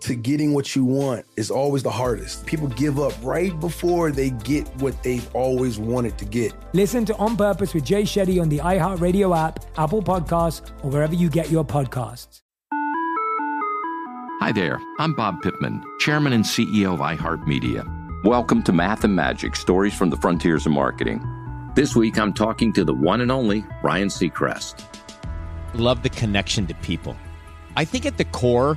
[SPEAKER 7] to getting what you want is always the hardest. People give up right before they get what they've always wanted to get.
[SPEAKER 8] Listen to On Purpose with Jay Shetty on the iHeartRadio app, Apple Podcasts, or wherever you get your podcasts.
[SPEAKER 9] Hi there, I'm Bob Pittman, Chairman and CEO of iHeartMedia. Welcome to Math and Magic Stories from the Frontiers of Marketing. This week, I'm talking to the one and only Ryan Seacrest.
[SPEAKER 10] love the connection to people. I think at the core,